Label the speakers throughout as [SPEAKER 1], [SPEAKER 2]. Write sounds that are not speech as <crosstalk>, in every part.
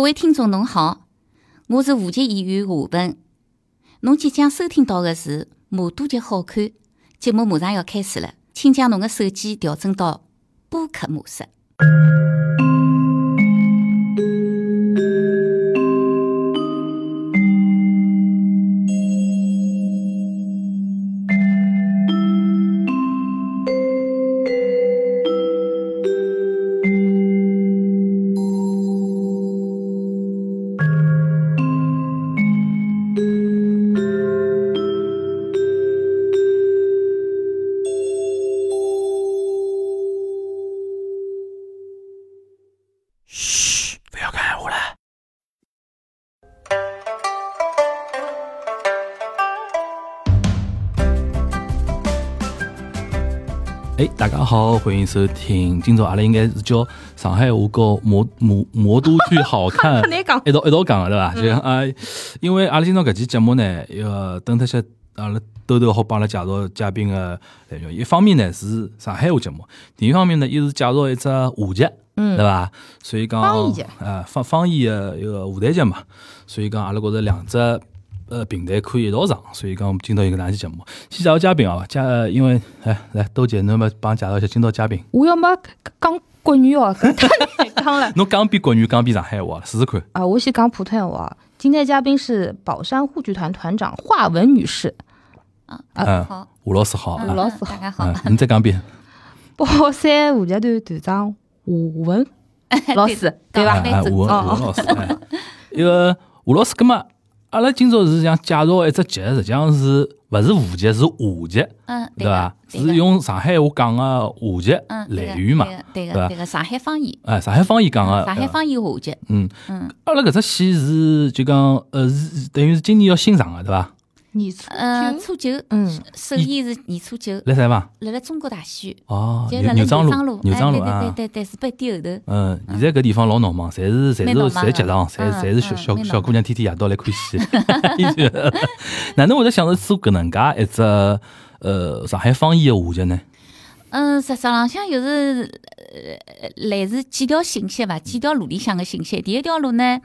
[SPEAKER 1] 各位听众，侬好，我是华极演员华文。侬即将收听到的是《魔都剧好看》节目，马上要开始了，请将侬的手机调整到播客模式。
[SPEAKER 2] 嘘，不要看我了。哎，大家好，欢迎收听。今朝阿拉应该是叫上海话和魔魔魔都剧好看
[SPEAKER 3] 难讲
[SPEAKER 2] 一道一道讲的对伐？就像啊，因为阿拉今朝搿期节目呢，呃，等特些阿拉兜兜好帮阿拉介绍嘉宾个来源。一方面呢是上海话节目，另一方面呢又是介绍一只话剧，嗯，对伐？所以讲
[SPEAKER 3] 方言节
[SPEAKER 2] 呃方方言个一个舞台剧嘛，所以讲阿拉觉着两只呃平台可以一道上，所以讲我们今朝有个哪期节目，先介绍嘉宾啊，嘉呃因为哎来豆姐，侬么帮介绍一下今朝嘉宾，
[SPEAKER 3] 我要么讲国语哦，搿太难讲 <laughs> 了
[SPEAKER 2] 侬讲比国语讲比上海话，试试看。
[SPEAKER 3] 啊！我先讲普通话。今天嘉宾是宝山沪剧团团长华文女士。
[SPEAKER 2] 嗯，
[SPEAKER 1] 好，
[SPEAKER 2] 吴老师好，
[SPEAKER 1] 嗯
[SPEAKER 2] 啊
[SPEAKER 3] 老师好
[SPEAKER 1] 大家好
[SPEAKER 2] 嗯，，你再讲一遍。
[SPEAKER 3] 宝山沪剧团团长华 <laughs> 文老师，对
[SPEAKER 1] 讲
[SPEAKER 3] 吧？
[SPEAKER 1] 对
[SPEAKER 2] 哎，
[SPEAKER 1] 准
[SPEAKER 2] 吴文
[SPEAKER 3] 哦
[SPEAKER 2] 吴文老师，哎一个吴老师，葛么阿拉今朝是想介绍一只剧，实际上是勿是沪剧，是话剧，
[SPEAKER 1] 嗯，
[SPEAKER 2] 对伐
[SPEAKER 1] 伐？？
[SPEAKER 2] 是用上海话讲个话剧
[SPEAKER 1] 嗯对
[SPEAKER 2] 来
[SPEAKER 1] 个
[SPEAKER 2] 源嘛
[SPEAKER 1] 对，个对
[SPEAKER 2] 对
[SPEAKER 1] 个
[SPEAKER 2] 吧
[SPEAKER 1] 对个上海方言，
[SPEAKER 2] 哎，上海方言讲个。
[SPEAKER 1] 上海
[SPEAKER 2] 呃
[SPEAKER 1] 方言话剧，
[SPEAKER 2] 嗯，
[SPEAKER 1] 嗯
[SPEAKER 2] 阿拉搿只戏是就讲呃是等于是今年要新上个对伐？
[SPEAKER 3] 你初
[SPEAKER 1] 嗯，
[SPEAKER 3] 九
[SPEAKER 1] 初九，
[SPEAKER 3] 嗯，
[SPEAKER 1] 首演是年初九，
[SPEAKER 2] 来啥伐？
[SPEAKER 1] 辣辣中国大戏院，
[SPEAKER 2] 哦，
[SPEAKER 1] 就
[SPEAKER 2] 牛
[SPEAKER 1] 辣辣
[SPEAKER 2] 牛张
[SPEAKER 1] 张
[SPEAKER 2] 路，牛
[SPEAKER 1] 哎
[SPEAKER 2] 张路
[SPEAKER 1] 对对
[SPEAKER 2] 啊。
[SPEAKER 1] 对对对，是背地后头。
[SPEAKER 2] 嗯，现在搿地方老闹忙，侪是侪
[SPEAKER 1] 蛮嗯闹
[SPEAKER 2] 是
[SPEAKER 1] 忙
[SPEAKER 2] 侪结账，侪
[SPEAKER 1] 嗯
[SPEAKER 2] 侪是小
[SPEAKER 1] 嗯
[SPEAKER 2] 小
[SPEAKER 1] 蛮闹
[SPEAKER 2] 小姑娘天天夜到来看戏。 <laughs> 哪能会得想着做搿能介一只呃上海方言的话剧呢？
[SPEAKER 1] 嗯，实质浪向又是呃来自几条信息伐，几条路里向个信息。第一条路呢，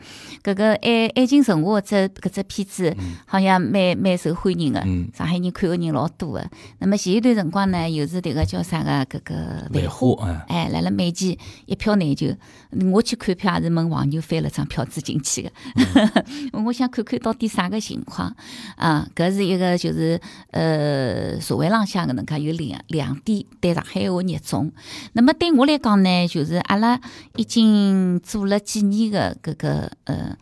[SPEAKER 1] 搿个爱爱情神话这搿只片子好像蛮蛮受欢迎个
[SPEAKER 2] 嗯，
[SPEAKER 1] 上海人看个人老多个。那么前一段辰光呢，又是迭个叫啥个搿个
[SPEAKER 2] 梅花哎
[SPEAKER 1] 哎，辣辣美期一票难求。我去看票也是问黄牛翻了张票子进去个， <laughs> 我想看看到底啥个情况啊？搿是一个就是呃社会浪向搿能介有两两点对上海话热衷。那么对我来讲呢，就是阿拉已经做了几年的搿个呃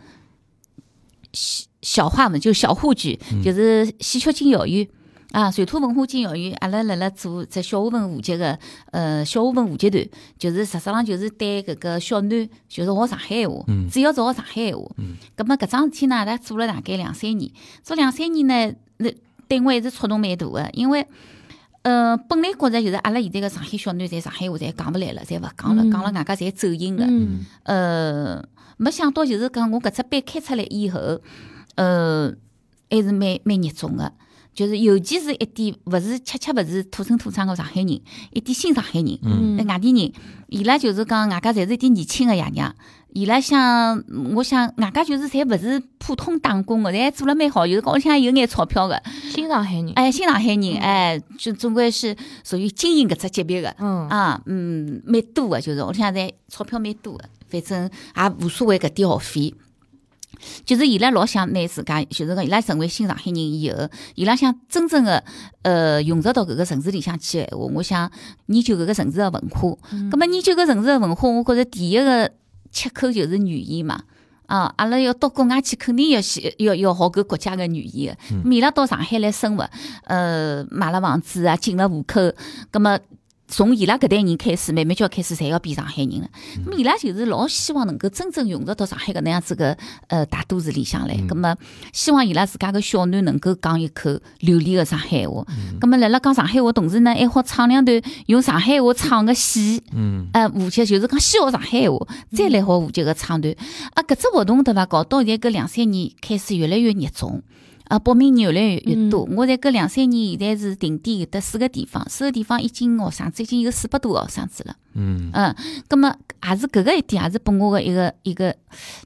[SPEAKER 1] 小小话文，就是小话剧，就是戏曲进校园。啊，传统文化进校园，阿拉辣辣做只小华文舞集个，呃，小华文舞集团，就是实质上就是对搿个小囡，就是学上海话，主要是学上海话。
[SPEAKER 2] 嗯，
[SPEAKER 1] 葛末搿桩事体呢，阿拉做了大概两三年，做两三年呢，那对我还是触动蛮大个，因为呃，本来觉着就是阿拉现在个上海小囡，侪上海话侪讲勿来了，侪勿讲了，
[SPEAKER 3] 嗯
[SPEAKER 1] 讲了外加侪走音了。
[SPEAKER 3] 嗯，
[SPEAKER 1] 呃，没想到就是讲我搿只班开出来以后，呃，还是蛮蛮热衷个。就是尤其是一点，勿是恰恰勿是土生土长个上海人，一点新上海人，
[SPEAKER 2] 嗯
[SPEAKER 1] 外地人，伊拉就是讲外加侪是一点年轻个爷娘，伊拉想，我想外加就是侪勿是普通打工个，侪做了蛮好，就是讲屋里向有眼钞票个，
[SPEAKER 3] 新上海人，
[SPEAKER 1] 哎，新上海人，哎，就总归是属于精英搿只级别个，
[SPEAKER 3] 嗯，
[SPEAKER 1] 啊，嗯，蛮多个，就是屋里向侪钞票蛮多个，反正也无所谓搿点学费。就是伊拉老想拿自家，就是讲伊拉成为新上海人以后，伊拉想真正的呃融入到搿个城市里向去个闲话，我想研究搿个城市的文化。葛么研究搿城市的文化，我觉着第一个切口就是语言嘛。啊，阿拉要到国外去，肯定要先要要学搿国家个语言个。咁伊拉到上海来生活，呃，买了房子啊，进了户口，葛么从伊拉搿代人开始，慢慢叫开始，侪要变上海人了。那么伊拉就是老希望能够真正融入到上海搿能样子个呃大都市里向来。咁么希望伊拉自家个小囡能够讲一口流利个上海话。
[SPEAKER 2] 嗯
[SPEAKER 1] 咁么辣辣讲上海话同时呢，还好唱两段用上海话唱个戏。
[SPEAKER 2] 嗯，
[SPEAKER 1] 呃，舞曲就是讲先学上海话，再来学舞曲个唱段。啊，搿只活动对伐？搞到现在搿两三年开始越来越热衷。啊，报名越来越越多。我在搿两三年，现在是定点有得四个地方，四个地方已经学生子已经有四百多个学生子了。
[SPEAKER 2] 嗯
[SPEAKER 1] 嗯，葛么也是搿个一点，也是拨我个一个一个，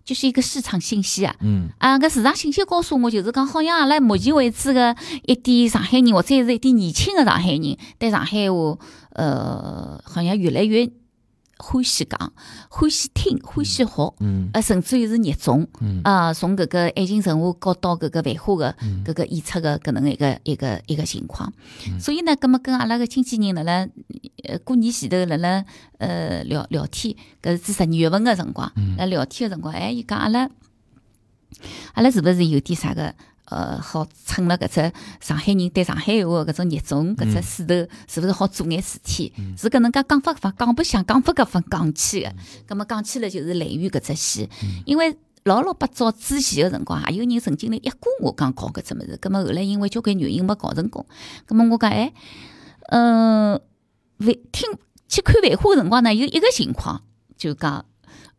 [SPEAKER 1] 就是一个市场信息啊。
[SPEAKER 2] 嗯
[SPEAKER 1] 啊，搿市场信息告诉我，就是讲，好像阿拉目前为止个一点上海人，或者是一点年轻个上海人，对上海话，呃，好像越来越欢喜讲，欢喜听，欢喜学，
[SPEAKER 2] 嗯
[SPEAKER 1] 呃，甚至于是热衷。
[SPEAKER 2] 嗯
[SPEAKER 1] 啊，从搿个爱情神话搞到搿个繁花个搿个演出个搿能一个一个一个情况，
[SPEAKER 2] 嗯
[SPEAKER 1] 所以呢，葛末跟阿拉个经纪人辣辣呃过年前头辣辣呃聊聊天，搿是十二月份个辰光，
[SPEAKER 2] 嗯
[SPEAKER 1] 辣聊天个辰光，哎，伊讲阿拉阿拉是勿是有点啥个？呃，好趁了搿只上海人对上海话搿种热衷，搿只势头是勿是好做眼事体？是搿能介讲法法讲不响，讲法搿法讲起个。葛末讲起来就是雷雨搿只戏，因为老老八早之前个辰光，啊也有人曾经来一鼓我讲搞搿只物事，葛末后来因为交关原因没搞成功。葛末我讲，哎，嗯，万听去看繁花个辰光呢，有一个情况，就讲，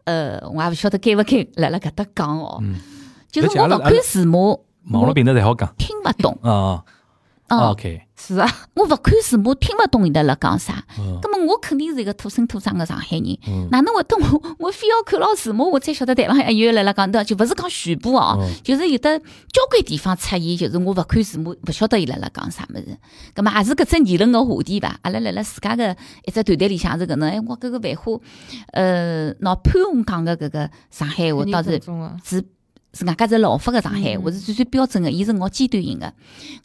[SPEAKER 1] 呃，我也勿晓得该勿该辣辣搿搭讲哦，就是我勿看字幕，
[SPEAKER 2] 网络
[SPEAKER 1] 我
[SPEAKER 2] 平台才好讲
[SPEAKER 1] 听勿懂，
[SPEAKER 2] 啊
[SPEAKER 1] 啊，
[SPEAKER 2] ，OK，
[SPEAKER 3] 是啊，
[SPEAKER 1] 我勿看字幕，听勿懂伊拉辣讲啥。
[SPEAKER 2] 嗯
[SPEAKER 1] 葛末我肯定是一个土生土长个上海人
[SPEAKER 2] 嗯，
[SPEAKER 1] 哪能会得我 <laughs> 我非要看牢字幕，我才晓得台浪向有辣辣讲的，就勿是讲全部哦
[SPEAKER 2] 嗯，
[SPEAKER 1] 就是有的交关地方出现，就是我勿看字幕，勿晓得伊辣辣讲啥物事。葛末也是搿只议论个话题吧。阿拉辣辣自家个一只团队里向是搿能，哎，我搿个繁花，呃，拿潘虹讲个搿个上海话，倒是
[SPEAKER 3] 中啊，
[SPEAKER 1] 是是外加是老法个上海话，
[SPEAKER 3] 嗯
[SPEAKER 1] 是最最标准个，伊是咬尖端型个。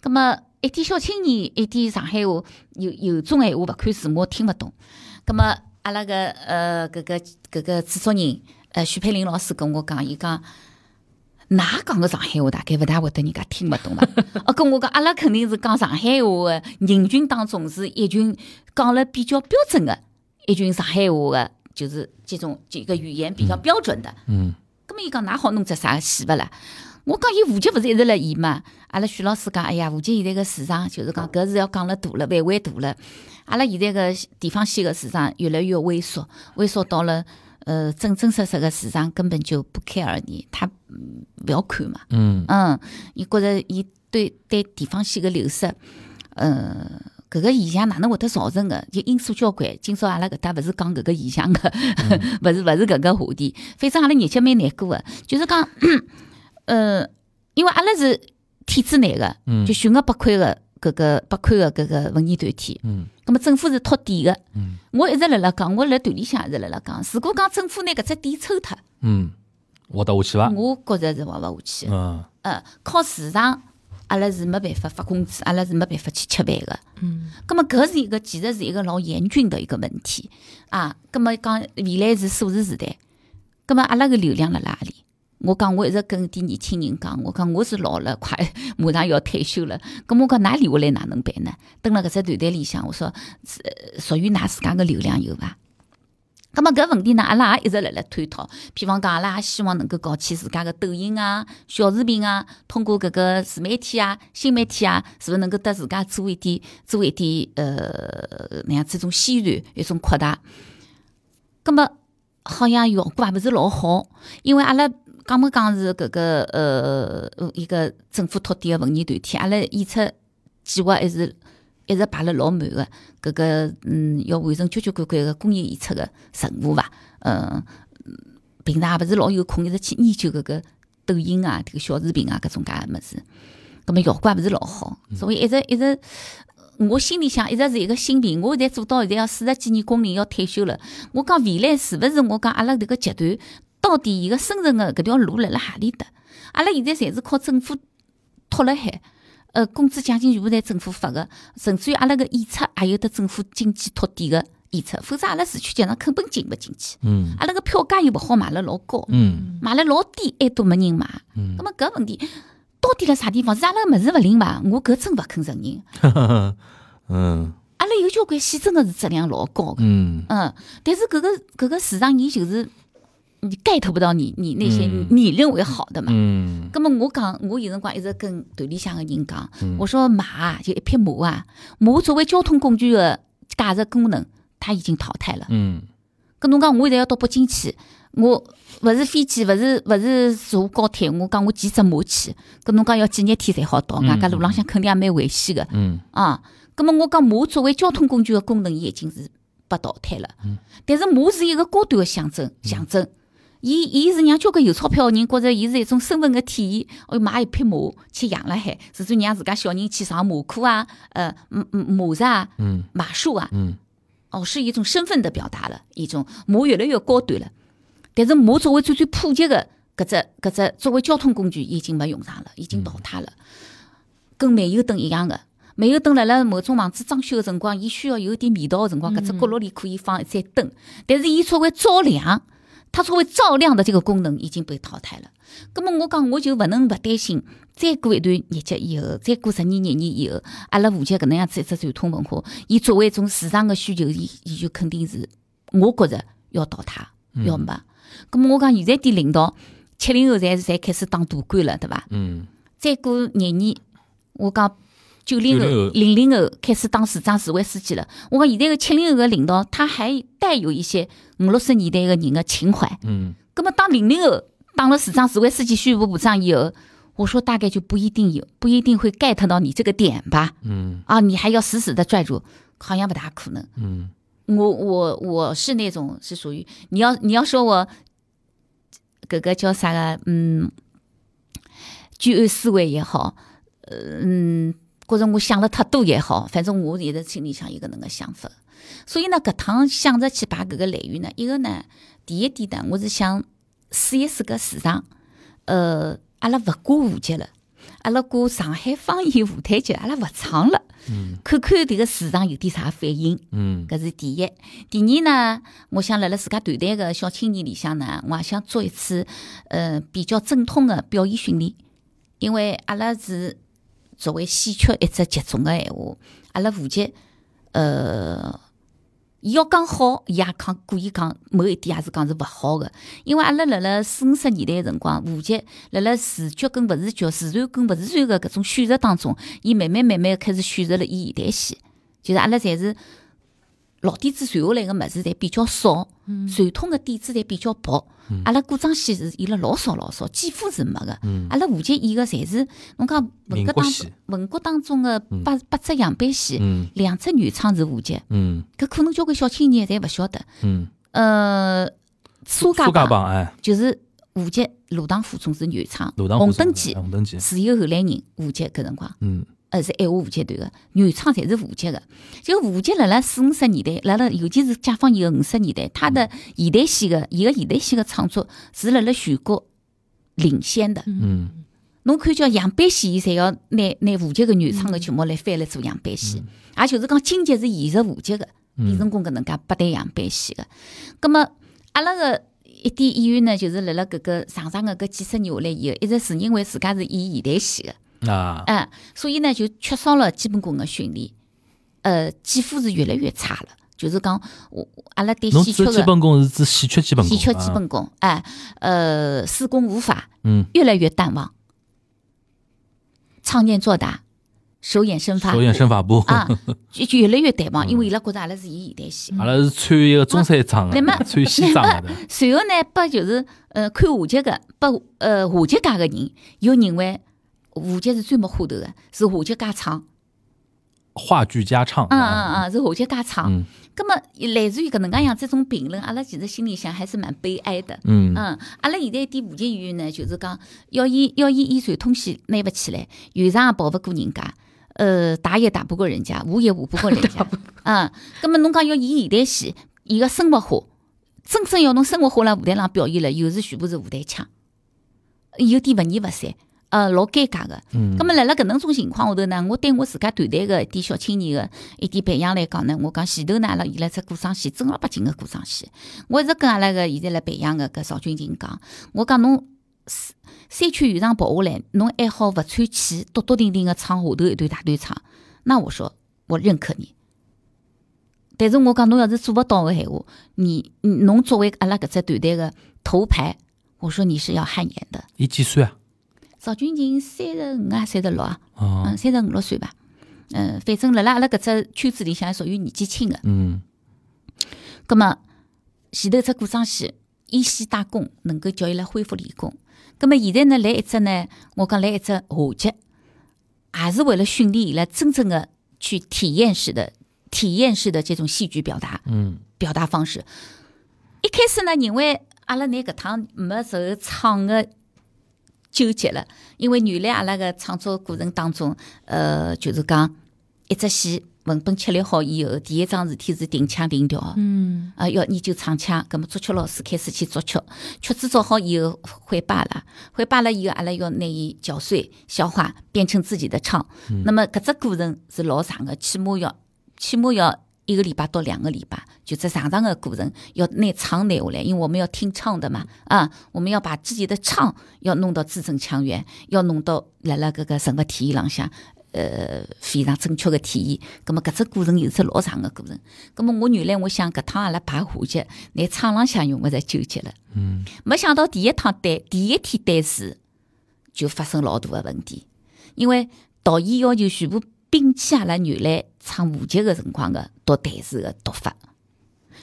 [SPEAKER 1] 葛么一点小青年，一点上海话，有有种闲话勿看字幕听勿懂。葛么阿拉个呃搿个搿个制作人呃徐佩林老师跟我讲，伊讲。㑚讲个上海话大概勿大会得人家听勿懂伐？ <laughs> 哦，跟我讲，阿拉肯定是讲上海话个人群当中是一群讲了比较标准个一群上海话个，就是这种这个语言比较标准的。
[SPEAKER 2] 嗯
[SPEAKER 1] 咁么伊讲，㑚好弄只啥戏勿啦？我讲伊户籍勿是一直辣演嘛？阿拉徐老师讲，哎呀，户籍现在个市场就是讲，搿是要讲了大了，范围大了。阿拉现在个地方戏个市场越来越萎缩，萎缩到了呃真真实实个市场根本就不 care 你，他嗯勿要看嘛。
[SPEAKER 2] 嗯
[SPEAKER 1] 嗯，伊觉着伊对对地方性个流失，呃，搿个现象哪能会得造成个？就因素交关。今朝阿拉搿搭勿是讲搿个现象个，<laughs>
[SPEAKER 2] 嗯
[SPEAKER 1] 勿是勿是搿个话题。反正阿拉日脚蛮难过个，就是讲，呃，因为阿拉是体制内个，
[SPEAKER 2] 嗯
[SPEAKER 1] 就全额拨款个搿个拨款个搿个文艺团体，
[SPEAKER 2] 嗯
[SPEAKER 1] 葛么政府是托底个。
[SPEAKER 2] 嗯
[SPEAKER 1] 我一直辣辣讲，我辣团里向一直辣辣讲，如果讲政府拿搿只底抽脱，
[SPEAKER 2] 嗯，活得下去伐？
[SPEAKER 1] 我觉着是活勿下去。个。
[SPEAKER 2] 嗯
[SPEAKER 1] 呃，靠市场，阿拉是没办法发工资，阿拉是没办法去吃饭个。
[SPEAKER 3] 嗯，
[SPEAKER 1] 葛么搿是一个其实是一个老严峻的一个问题啊。葛么讲未来是数字时代，葛么阿拉个流量辣辣里？我讲我一直跟点年轻人讲，我讲我是老了，快马上要退休了。葛么我讲㑚留下来哪能办呢？蹲辣搿只团队里向，我说呃属于㑚自家个流量有伐？葛么搿问题呢，阿拉也一直辣辣探讨。譬方讲，阿拉也希望能够搞起自家个抖音啊、小视频啊，通过搿个自媒体啊、新媒体啊，是勿是能够得自家做一点、做一点呃那样子一种宣传、一种扩大？葛么好像效果也勿是老好，因为阿拉。讲没讲是搿个呃一个政府托底个文艺团体，阿拉演出计划还是一直排了老满个，搿个嗯要完成交交关关个公益演出个任务伐，嗯，平常也勿是老有空，一直去研究搿个抖音啊、迭个小视频啊搿种介个物事，葛末效果也勿是老好，所以一直一直。我心里想，一直是一个心病。我现在做到现在要四十几年工龄，要退休了。我讲未来是勿是我讲阿拉迭个集团到底伊个生存个搿条路辣辣何里搭？阿拉现在侪是靠政府托辣海，呃，工资奖金全部侪政府发个，甚至于阿拉个演出也有得政府经济托底个演出，否则阿拉市区剧场根本进勿进去。
[SPEAKER 2] 嗯
[SPEAKER 1] 啊阿拉个票价又勿好买了老高，
[SPEAKER 2] 嗯
[SPEAKER 1] 买了老低，还都没人买。
[SPEAKER 2] 嗯
[SPEAKER 1] 咁么搿问题到底辣啥地方？是阿拉个物事勿灵伐？我搿真勿肯承认。
[SPEAKER 2] 嗯
[SPEAKER 1] 阿拉有交关戏真个是质量老高个，
[SPEAKER 2] 嗯
[SPEAKER 1] 嗯，但是搿个搿个市场伊就是你 get 不到你你那些
[SPEAKER 2] 嗯
[SPEAKER 1] 你认为好的嘛。
[SPEAKER 2] 嗯
[SPEAKER 1] 咁么我讲，我有辰光一直跟团里向个人讲，
[SPEAKER 2] 嗯
[SPEAKER 1] 我说马啊就一匹马啊，马作为交通工具个价值功能，它已经淘汰了。
[SPEAKER 2] 嗯
[SPEAKER 1] 跟侬讲，我现在要到北京去，我勿是飞机，勿是勿是坐高铁，我讲我骑只马去，搿侬讲要几日天才好到，
[SPEAKER 2] 嗯
[SPEAKER 1] 外加路浪向肯定也蛮危险个
[SPEAKER 2] 嗯
[SPEAKER 1] 啊。葛末我讲马作为交通工具个功能，伊已经是被淘汰了。
[SPEAKER 2] 嗯
[SPEAKER 1] 但是马是一个高端个象征，象征。伊伊是让交关有钞票个人觉着伊是一种身份个体现，哦，买一匹马去养辣海，甚至让自家小人去上马课啊，呃，马马马术啊，
[SPEAKER 2] 嗯
[SPEAKER 1] 马术啊，
[SPEAKER 2] 嗯
[SPEAKER 1] 哦，是一种身份的表达了，一种马越来越高端了。但是马作为最最普及的搿只搿只作为交通工具，已经没用上了，已经
[SPEAKER 2] 嗯
[SPEAKER 1] 淘汰了。跟煤油灯一样的，煤油灯辣辣某种房子装修的辰光，伊需要有点味道的辰光，搿只角落里可以放一盏灯，但是伊作为照亮，它作为照亮的这个功能已经被淘汰了。葛么我讲，我就勿能勿担心，再过一段日脚以后，再过十年、廿年以后，阿拉户籍搿能样子一只传统文化，伊作为一种市场的需求，伊伊就肯定是，我觉着要淘汰，要没。葛么我讲，现在点领导，七零后侪侪开始当大官了，对伐？
[SPEAKER 2] 嗯，
[SPEAKER 1] 再过廿年，我讲九零后、零零后开始当市长、市委书记了。我讲现在个七零后个领导，他还带有一些五六十年代个人的情怀。
[SPEAKER 2] 嗯
[SPEAKER 1] 那么当零零后当了市长、市委书记、宣部部长以后，我说大概就不一定有，不一定会 get 到你这个点吧？
[SPEAKER 2] 嗯
[SPEAKER 1] 啊，你还要死死的拽住，好像不大可能。
[SPEAKER 2] 嗯
[SPEAKER 1] 我我我是那种是属于你要你要说我搿个叫啥个嗯，居安思危也好，呃嗯，或者我想了太多也好，反正我现在心里向有搿能个想法。所以呢，搿趟想着去排搿个来源呢，一个呢，第一点呢，我是想试一试搿市场，呃，阿拉勿挂户籍了，阿拉挂上海方言舞台剧，阿拉勿唱了，看看迭个市场有点啥反应。
[SPEAKER 2] 嗯
[SPEAKER 1] 搿是第一。第二呢，我想辣辣自家团队个小青年里向呢，我也想做一次呃比较正统的表演训练，因为阿拉是作为戏曲一只集中个闲话，阿拉户籍呃。伊要讲好，伊也讲故意讲某一点也是讲是勿好个，因为阿拉辣辣四五十年代个辰光，户籍辣辣视觉跟勿视觉、自然跟勿自然个搿种选择当中，伊慢慢慢慢地开始选择了伊现代戏，就是阿拉侪是老底子传下来个物事侪比较少，
[SPEAKER 2] 嗯
[SPEAKER 1] 传统个底子侪比较薄。阿拉古装戏是演了老少老少，几乎是没个。阿拉户籍演个侪是侬讲文
[SPEAKER 2] 嗯民
[SPEAKER 1] 革
[SPEAKER 2] 国
[SPEAKER 1] 当
[SPEAKER 2] 戏
[SPEAKER 1] 文革当中个八八只样板戏，
[SPEAKER 2] 嗯
[SPEAKER 1] 两只原唱是户籍，
[SPEAKER 2] 嗯
[SPEAKER 1] 搿可能交关小青年侪勿晓得。
[SPEAKER 2] 嗯，
[SPEAKER 1] 呃，苏家
[SPEAKER 2] 苏家
[SPEAKER 1] 浜
[SPEAKER 2] 浜哎，
[SPEAKER 1] 就是户籍鲁塘府总是原唱，
[SPEAKER 2] 鲁塘
[SPEAKER 1] 红
[SPEAKER 2] 灯
[SPEAKER 1] 灯记
[SPEAKER 2] 哎红灯记，
[SPEAKER 1] 自由后来人户籍搿辰光。
[SPEAKER 2] 嗯
[SPEAKER 1] 呃是爱华户籍团个，原唱侪是户籍个。就户籍辣辣四五十年代，辣辣尤其是解放以后五十年代，他的现代戏个伊个现代戏个创作是辣辣全国领先的。
[SPEAKER 2] 嗯
[SPEAKER 1] 侬看叫样板戏，伊侪要拿拿户籍个原创个曲目来翻来做样板戏，也就是讲金杰是现实户籍个，变成功搿能介八对样板戏个。葛么阿拉个一点演员呢，就是辣辣搿个长长个搿几十年下来以后，一直自认为自家是演现代戏个。
[SPEAKER 2] 啊
[SPEAKER 1] 嗯，所以呢，就缺少了基本功的训练，呃，几乎是越来越差了。就是讲，我我阿拉对
[SPEAKER 2] 侬
[SPEAKER 1] 戏曲
[SPEAKER 2] 指基
[SPEAKER 1] 的
[SPEAKER 2] 本功是啊指戏曲基本功，
[SPEAKER 1] 戏曲基本功，哎，呃，施工无法，
[SPEAKER 2] 嗯，
[SPEAKER 1] 越来越淡忘，唱念做打，手眼身法
[SPEAKER 2] 手眼身嗯法步，
[SPEAKER 1] 啊，就就越来越淡忘，因为伊拉觉得阿拉是演现代戏。
[SPEAKER 2] <laughs> 阿拉是穿一个中山装的， <laughs> 穿西装
[SPEAKER 1] <laughs>
[SPEAKER 2] 的，
[SPEAKER 1] 随后呢，拨就是呃看话剧个，拨呃话剧界个人又认为话剧是最没花头的，是话剧界唱。
[SPEAKER 2] 话剧加唱，
[SPEAKER 1] 嗯嗯嗯，是下级大
[SPEAKER 2] 嗯
[SPEAKER 1] 厂。那么类似于搿能介样这种评论，阿拉其实心里向还是蛮悲哀的。
[SPEAKER 2] 嗯
[SPEAKER 1] 嗯，阿拉现在点舞剧演员呢，就是讲要演要演演传统戏拿勿起来，原唱也跑勿过人家，呃，打也打不过人家，舞也舞不过人 <laughs> 家。嗯，那么侬讲要演现代戏，伊个生活化，真正要侬生活化辣舞台上表演了，又是全部是舞台腔，有点勿二勿三。呃，老尴尬个。嗯。咁么，辣辣搿能种情况下头呢，我对我自家团队个一点小青年个一点培养来讲呢，我讲前头呢，阿拉伊拉只古装戏，正儿八经个古装戏，我一直跟阿拉个现在辣培养个搿邵军琴讲，我讲侬三三圈原唱跑下来，侬还好勿喘气，笃笃定定个唱下头一段大段唱，那我说我认可你。但是我讲侬要是做勿到个闲话，你你侬作为阿拉搿只团队个头牌，我说你是要汗颜的。
[SPEAKER 2] 伊几岁啊？
[SPEAKER 1] 邵军琴三十五啊，三十六啊，
[SPEAKER 2] 啊
[SPEAKER 1] 嗯，三十五六岁吧。嗯，反正辣辣阿拉搿只圈子里向属于年纪轻个。
[SPEAKER 2] 嗯
[SPEAKER 1] 葛么前头只古装戏，依稀打工，能够叫伊拉恢复练功。葛么现在呢，来一只呢，我讲来一只下级，也是为了训练伊拉真正的去体验式的、体验式的这种戏剧表达。
[SPEAKER 2] 嗯
[SPEAKER 1] 表达方式。一开始呢，认为阿拉拿搿趟没受创个纠结了，因为原来阿拉个创作过程当中，呃，就是讲一只戏文本确立好以后，第一桩事体是定腔定调，
[SPEAKER 3] 嗯，
[SPEAKER 1] 啊，要研究唱腔，葛么作曲老师开始去作曲，曲子作好以后汇罢了，汇罢了以后，阿拉要拿伊嚼碎、消化，变成自己的唱。那么搿只过程是老长的，起码要起码要一个礼拜到两个礼拜，就这长长的过程要拿唱拿下来，因为我们要听唱的嘛，啊，我们要把自己的唱要弄到字正腔圆，要弄到辣辣搿个整个体验浪向。呃，非常正确的体验，葛么搿只过程又是老长的过程。葛么我原来我想搿趟阿拉排下级，拿唱浪向用勿着纠结了。
[SPEAKER 2] 嗯，
[SPEAKER 1] 没想到第一趟对第一天对视就发生老大的问题，因为导演要求全部摒弃阿拉原来唱五级个辰光个读台词个读法，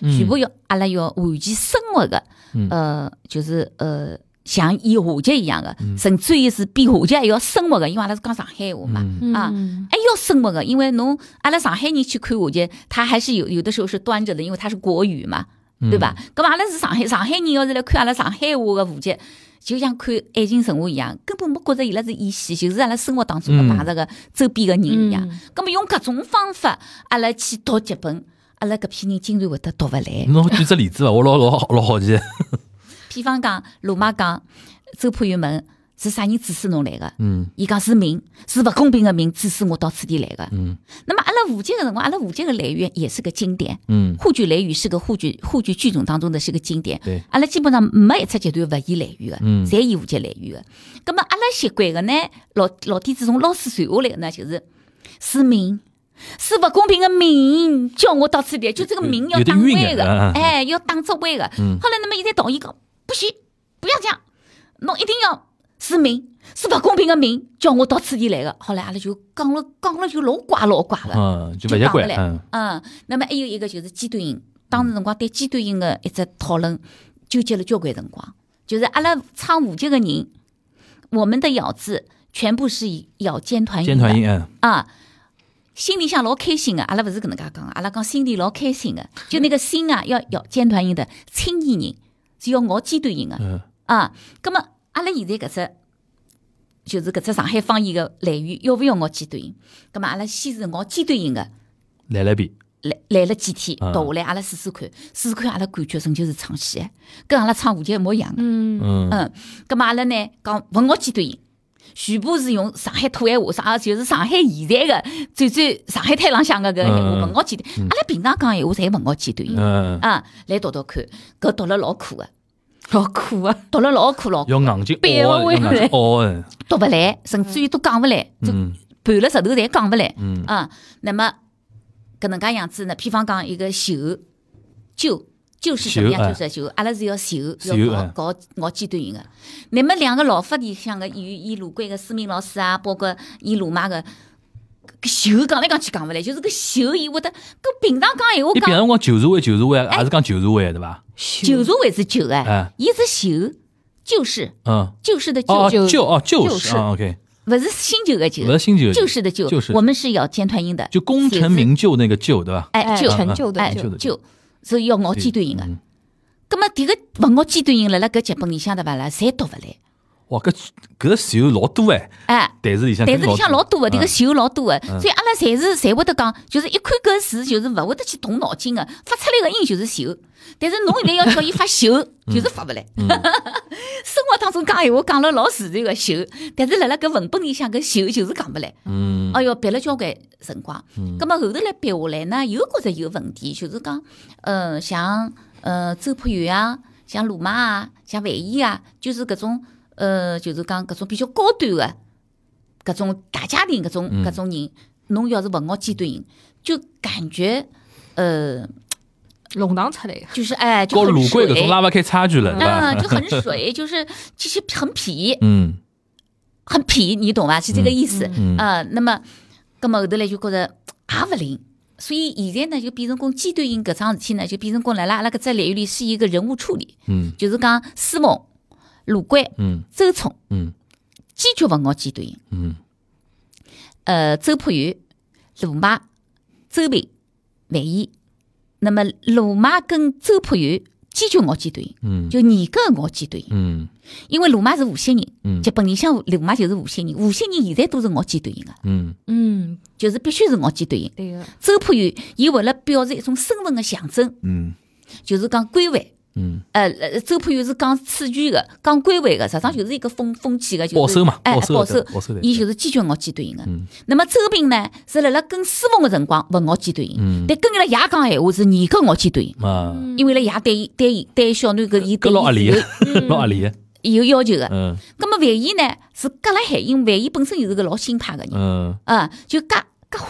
[SPEAKER 1] 全部要阿拉要完全生活个，呃，就是呃。像演下级一样的，甚至于是比下级还要生活的，因为阿拉是讲上海话嘛，
[SPEAKER 3] 嗯
[SPEAKER 1] 啊，还要生活的，啊因为侬阿拉上海人去看下去，他还是有有的时候是端着的，因为他是国语嘛，对吧？咁阿拉是上海上海人，要是来看阿拉上海话的户籍，就像看爱情神话一样，根本没觉着伊拉是演戏，就是阿拉生活当中的
[SPEAKER 2] 嗯
[SPEAKER 1] 摆着个周边的人一样
[SPEAKER 3] 嗯。
[SPEAKER 1] 咁么用搿种方法，阿拉去读剧本，阿拉搿批人竟然会得读勿来。
[SPEAKER 2] 侬举只例子伐？我老老老
[SPEAKER 1] <laughs>
[SPEAKER 2] 好奇。
[SPEAKER 1] 比方讲，罗马讲周朴园问是啥人指使侬来个？
[SPEAKER 2] 嗯
[SPEAKER 1] 伊讲是命，是勿公平的命，指使我到此地来个。
[SPEAKER 2] 嗯
[SPEAKER 1] 那么阿拉舞剧个辰光，阿拉舞剧个来源也是个经典，
[SPEAKER 2] 嗯
[SPEAKER 1] 沪剧《雷雨》是个沪剧沪剧剧种当中的是个经典
[SPEAKER 2] 对。
[SPEAKER 1] 阿拉基本上没一只集团勿演雷雨的，
[SPEAKER 2] 嗯
[SPEAKER 1] 侪演沪剧雷雨的。咁么阿拉习惯个呢，老老底子从老师传下来个呢，就是是命。是勿公平的命，叫我到此地，就这个命要
[SPEAKER 2] 有点
[SPEAKER 1] 打
[SPEAKER 2] 晕
[SPEAKER 1] 弯
[SPEAKER 2] 的
[SPEAKER 1] 的
[SPEAKER 2] 啊，
[SPEAKER 1] 哎，要打折弯的。
[SPEAKER 2] 嗯
[SPEAKER 1] 后来，那么现在导演讲不行，不要这样，侬一定要是命，是勿公平的命，叫我到此地来的。后来阿拉就讲了，讲了就老怪老怪的。
[SPEAKER 2] 嗯，就
[SPEAKER 1] 就
[SPEAKER 2] 勿习
[SPEAKER 1] 讲
[SPEAKER 2] 惯
[SPEAKER 1] 勿。来
[SPEAKER 2] 嗯
[SPEAKER 1] 嗯，那么还有一个就是尖端音，当时辰光对尖端音的一只讨论纠结了交关辰光，就是阿拉唱舞剧的人，我们的咬字全部是以咬尖团音的
[SPEAKER 2] 尖团音嗯
[SPEAKER 1] 啊。心里向老开心的，阿拉勿是搿能介讲的，阿拉讲心里老开心的，就那个心啊，要咬尖团音的，青年人是要咬尖端音的，
[SPEAKER 2] 嗯
[SPEAKER 1] 啊，咁么阿拉现在搿只就是搿只上海方言个来源，要勿要咬尖端音？咁么阿拉先是咬尖端音个，
[SPEAKER 2] 来来比
[SPEAKER 1] 来来了几天，
[SPEAKER 2] 啊
[SPEAKER 1] 读下来阿拉试试看，试试看阿拉感觉成就是唱戏，跟阿拉唱舞剧一模一样。
[SPEAKER 3] 嗯
[SPEAKER 2] 嗯
[SPEAKER 1] 嗯，咁么阿拉呢讲勿咬尖端音，全部是用上海土闲话，啥就是上海现在个最最上海滩浪向个搿个闲话，
[SPEAKER 2] 嗯
[SPEAKER 1] 勿咬尖端。阿拉平常讲闲话侪勿咬尖端音
[SPEAKER 2] 嗯，
[SPEAKER 1] 啊，来读读看，搿读了老苦个，
[SPEAKER 3] 好苦啊，
[SPEAKER 1] 读了老苦老苦，
[SPEAKER 2] 要硬劲
[SPEAKER 3] 别
[SPEAKER 2] 拗的，
[SPEAKER 3] 为
[SPEAKER 2] 要硬劲拗的。
[SPEAKER 1] 读勿来，甚至于都讲勿来，就
[SPEAKER 2] 嗯
[SPEAKER 1] 盘了石头侪讲勿来。
[SPEAKER 2] 嗯
[SPEAKER 1] 啊，那么搿能介样子呢？比方讲一个绣，绣就是什么
[SPEAKER 2] 绣
[SPEAKER 1] 样？
[SPEAKER 2] 哎
[SPEAKER 1] 就是绣，阿拉是要绣，
[SPEAKER 2] 绣
[SPEAKER 1] 要
[SPEAKER 2] 哎
[SPEAKER 1] 搞搞搞尖端型个。那么两个老法里向个演员，演鲁桂个思明老师啊，包括演鲁妈个。搿绣讲来讲去讲勿来，就是搿绣，伊会得搿平常讲闲话
[SPEAKER 2] 伊平
[SPEAKER 1] 讲哎
[SPEAKER 2] 常讲旧社会，旧社会还是讲旧社会对伐？
[SPEAKER 3] 嗯
[SPEAKER 1] 旧社会是旧哎
[SPEAKER 2] 哎，
[SPEAKER 1] 伊是绣，就是
[SPEAKER 2] 嗯，
[SPEAKER 1] 就是的
[SPEAKER 2] 哦
[SPEAKER 1] 旧，
[SPEAKER 2] 哦旧哦旧
[SPEAKER 3] 就是
[SPEAKER 2] 啊，OK，
[SPEAKER 1] 勿是新旧个旧
[SPEAKER 2] 勿，是新旧，
[SPEAKER 1] 就是的旧
[SPEAKER 2] 就是，
[SPEAKER 1] 我们是要尖团音的，
[SPEAKER 2] 就功成名就那个就对伐？
[SPEAKER 1] 哎旧
[SPEAKER 3] 成就的
[SPEAKER 1] 哎
[SPEAKER 3] 就
[SPEAKER 2] 旧的
[SPEAKER 1] 旧，是要咬尖端音个。
[SPEAKER 2] 嗯
[SPEAKER 1] 葛么迭个勿咬尖端音辣辣搿剧本里向对伐啦，侪读勿来。
[SPEAKER 2] 哇，搿搿是老多哎，
[SPEAKER 1] 哎，
[SPEAKER 2] 但是里向
[SPEAKER 1] 但是里向老多个，迭个
[SPEAKER 2] 嗯
[SPEAKER 1] 秀老多个，啊所以阿拉侪是侪会得讲，就是一看搿字就是勿会得去动脑筋个，啊发出来个音就是秀。但是侬现在要叫伊发秀，就是发勿来。 <laughs> 生活当中讲闲话讲了老自然个秀，但是辣辣搿文本里向搿秀就是讲勿来。
[SPEAKER 2] 嗯
[SPEAKER 1] 哎哟，憋了交关辰光。咁么后头来憋下来呢，又觉着有问题，就是讲，呃，像呃周朴园啊，像鲁莽啊，像万艺啊，就是搿种呃，就是讲搿种比较高端的搿种大家庭搿种
[SPEAKER 2] 嗯
[SPEAKER 1] 搿种人，侬要是勿咬尖端音，就感觉呃，
[SPEAKER 3] 弄堂出来的，
[SPEAKER 1] 就是哎，就
[SPEAKER 2] 高
[SPEAKER 1] 很
[SPEAKER 2] 鲁贵搿
[SPEAKER 1] 水
[SPEAKER 2] 种，拉勿开差距了对
[SPEAKER 1] 嗯，
[SPEAKER 2] 伐？
[SPEAKER 1] 就很水，就是其实很痞，
[SPEAKER 2] <laughs> 嗯
[SPEAKER 1] 很痞，你懂伐？是这个意思。
[SPEAKER 2] 嗯
[SPEAKER 1] 呃，那么，咁么后头来就觉着也勿灵，所以现在呢，就变成讲尖端型搿桩事体呢，就变成讲辣辣阿拉搿只领域里是一个人物处理，
[SPEAKER 2] 嗯
[SPEAKER 1] 就是讲苏梦、鲁关、
[SPEAKER 2] 嗯
[SPEAKER 1] 周冲
[SPEAKER 2] 嗯
[SPEAKER 1] 坚决勿咬尖端型。
[SPEAKER 2] 嗯
[SPEAKER 1] 呃，周朴园、鲁妈、周平、万怡，那么鲁妈跟周朴园坚决咬尖端型，
[SPEAKER 2] 嗯
[SPEAKER 1] 就严格咬尖端型，
[SPEAKER 2] 嗯
[SPEAKER 1] 因为鲁妈是无锡人，
[SPEAKER 2] 嗯
[SPEAKER 1] 剧本里向鲁妈就是无锡人，无锡人现在都是咬尖端型个，
[SPEAKER 2] 嗯
[SPEAKER 3] 嗯，
[SPEAKER 1] 就是必须是咬尖端型。
[SPEAKER 3] 对个，
[SPEAKER 1] 周朴园伊为了表示一种身份的象征，
[SPEAKER 2] 嗯
[SPEAKER 1] 就是讲归位。
[SPEAKER 2] 嗯，
[SPEAKER 1] 呃，呃周朴园是讲次序的，讲归位的，实际上就是一个风风气的，就是
[SPEAKER 2] 保守嘛
[SPEAKER 1] 哎，
[SPEAKER 2] 保守
[SPEAKER 1] 保守
[SPEAKER 2] 对保守的
[SPEAKER 1] 伊就是坚决咬尖端型的
[SPEAKER 2] 嗯。
[SPEAKER 1] 那么周平呢，是辣辣跟师傅的辰光勿咬尖端型
[SPEAKER 2] 嗯，
[SPEAKER 1] 但跟伊拉爷讲闲话是严格咬尖端型，
[SPEAKER 2] 啊，
[SPEAKER 1] 因为伊拉爷对伊对伊对伊小囡搿伊
[SPEAKER 2] 搿
[SPEAKER 1] 对
[SPEAKER 2] 老合
[SPEAKER 1] 伊
[SPEAKER 2] 理
[SPEAKER 1] 有
[SPEAKER 2] 的， <laughs> 老合理的，
[SPEAKER 1] 有要求的。
[SPEAKER 2] 嗯
[SPEAKER 1] 那么万一呢是隔了海，因为万一本身就是个老新派的人，
[SPEAKER 2] 嗯
[SPEAKER 1] 啊，就隔隔花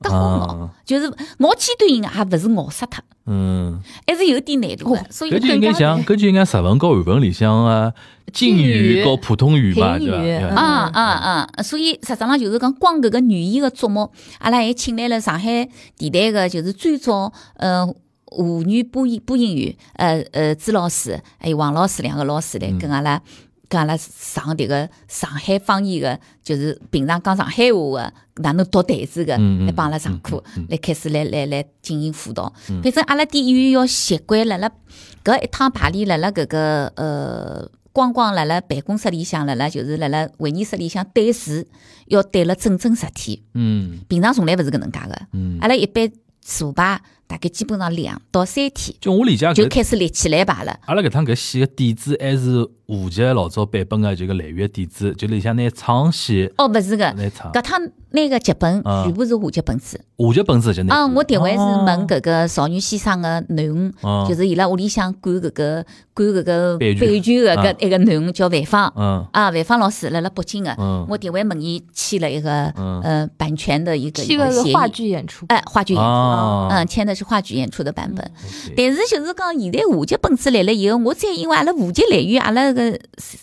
[SPEAKER 1] 隔花咬，
[SPEAKER 2] 啊
[SPEAKER 1] 就是咬尖端型的，也勿啊是咬杀脱。
[SPEAKER 2] 嗯，
[SPEAKER 1] 还是有点难度的，所以
[SPEAKER 2] 搿就
[SPEAKER 1] 更
[SPEAKER 2] 应
[SPEAKER 1] 加
[SPEAKER 2] 该像，搿就应该日文和韩文里向啊，敬语和普通语嘛，
[SPEAKER 3] 敬
[SPEAKER 2] 对
[SPEAKER 3] 语
[SPEAKER 2] 伐？对哎
[SPEAKER 3] 嗯
[SPEAKER 2] 伐
[SPEAKER 1] 啊啊啊！所以实际上就是讲，光搿个语言个节目，阿拉还请来了上海电台个，就是最早呃沪语播音播音员，呃呃朱老师还有王老师两个老师
[SPEAKER 3] 嗯
[SPEAKER 1] 来跟阿拉。跟阿拉上迭个上海方言个，就是平常讲上海话个，哪能读台子个，
[SPEAKER 2] 嗯嗯嗯
[SPEAKER 1] 来帮阿拉上课，来开始来来来进行辅导。反正阿拉点演员要习惯辣辣搿一趟排练辣辣搿个呃，光光辣辣办公室里向，辣辣就是辣辣会议室里向对视，要对了整整十天。
[SPEAKER 2] 嗯
[SPEAKER 1] 平常从来勿是搿能介个，
[SPEAKER 2] 嗯，
[SPEAKER 1] 阿拉一般彩排大概基本上两到三天
[SPEAKER 2] 就我理解
[SPEAKER 1] 就
[SPEAKER 2] 搿。
[SPEAKER 1] 开始立起来排了。
[SPEAKER 2] 阿拉搿趟搿戏个底子还是吴杰老早版本个啊就个来源底子，就里向拿唱戏
[SPEAKER 1] 哦，勿是个，
[SPEAKER 2] 来唱，
[SPEAKER 1] 搿趟拿个剧本
[SPEAKER 2] 啊
[SPEAKER 1] 全部是话剧本子。
[SPEAKER 2] 吴杰本子就拿
[SPEAKER 1] 啊，我迭回是问搿个少女先生个囡恩
[SPEAKER 2] 哦，
[SPEAKER 1] 就是伊拉屋里向管搿个管搿个
[SPEAKER 2] 版权
[SPEAKER 1] 版权个
[SPEAKER 2] 啊
[SPEAKER 1] 搿一个囡恩叫范芳。
[SPEAKER 2] 嗯
[SPEAKER 1] 啊，樊芳老师辣辣北京个
[SPEAKER 2] 嗯，
[SPEAKER 1] 我迭回问伊签了一个
[SPEAKER 2] 嗯
[SPEAKER 1] 呃版权的一个
[SPEAKER 3] 七
[SPEAKER 1] 一
[SPEAKER 3] 个
[SPEAKER 1] 个协
[SPEAKER 3] 是话
[SPEAKER 1] 议，
[SPEAKER 3] 剧演出，
[SPEAKER 1] 哎，话剧演出，
[SPEAKER 2] 啊
[SPEAKER 1] 嗯，签的是话剧演出的版本。
[SPEAKER 2] OK
[SPEAKER 1] 但是就是讲，现在沪剧本子来了以后，我再因为阿拉沪剧来源，阿拉个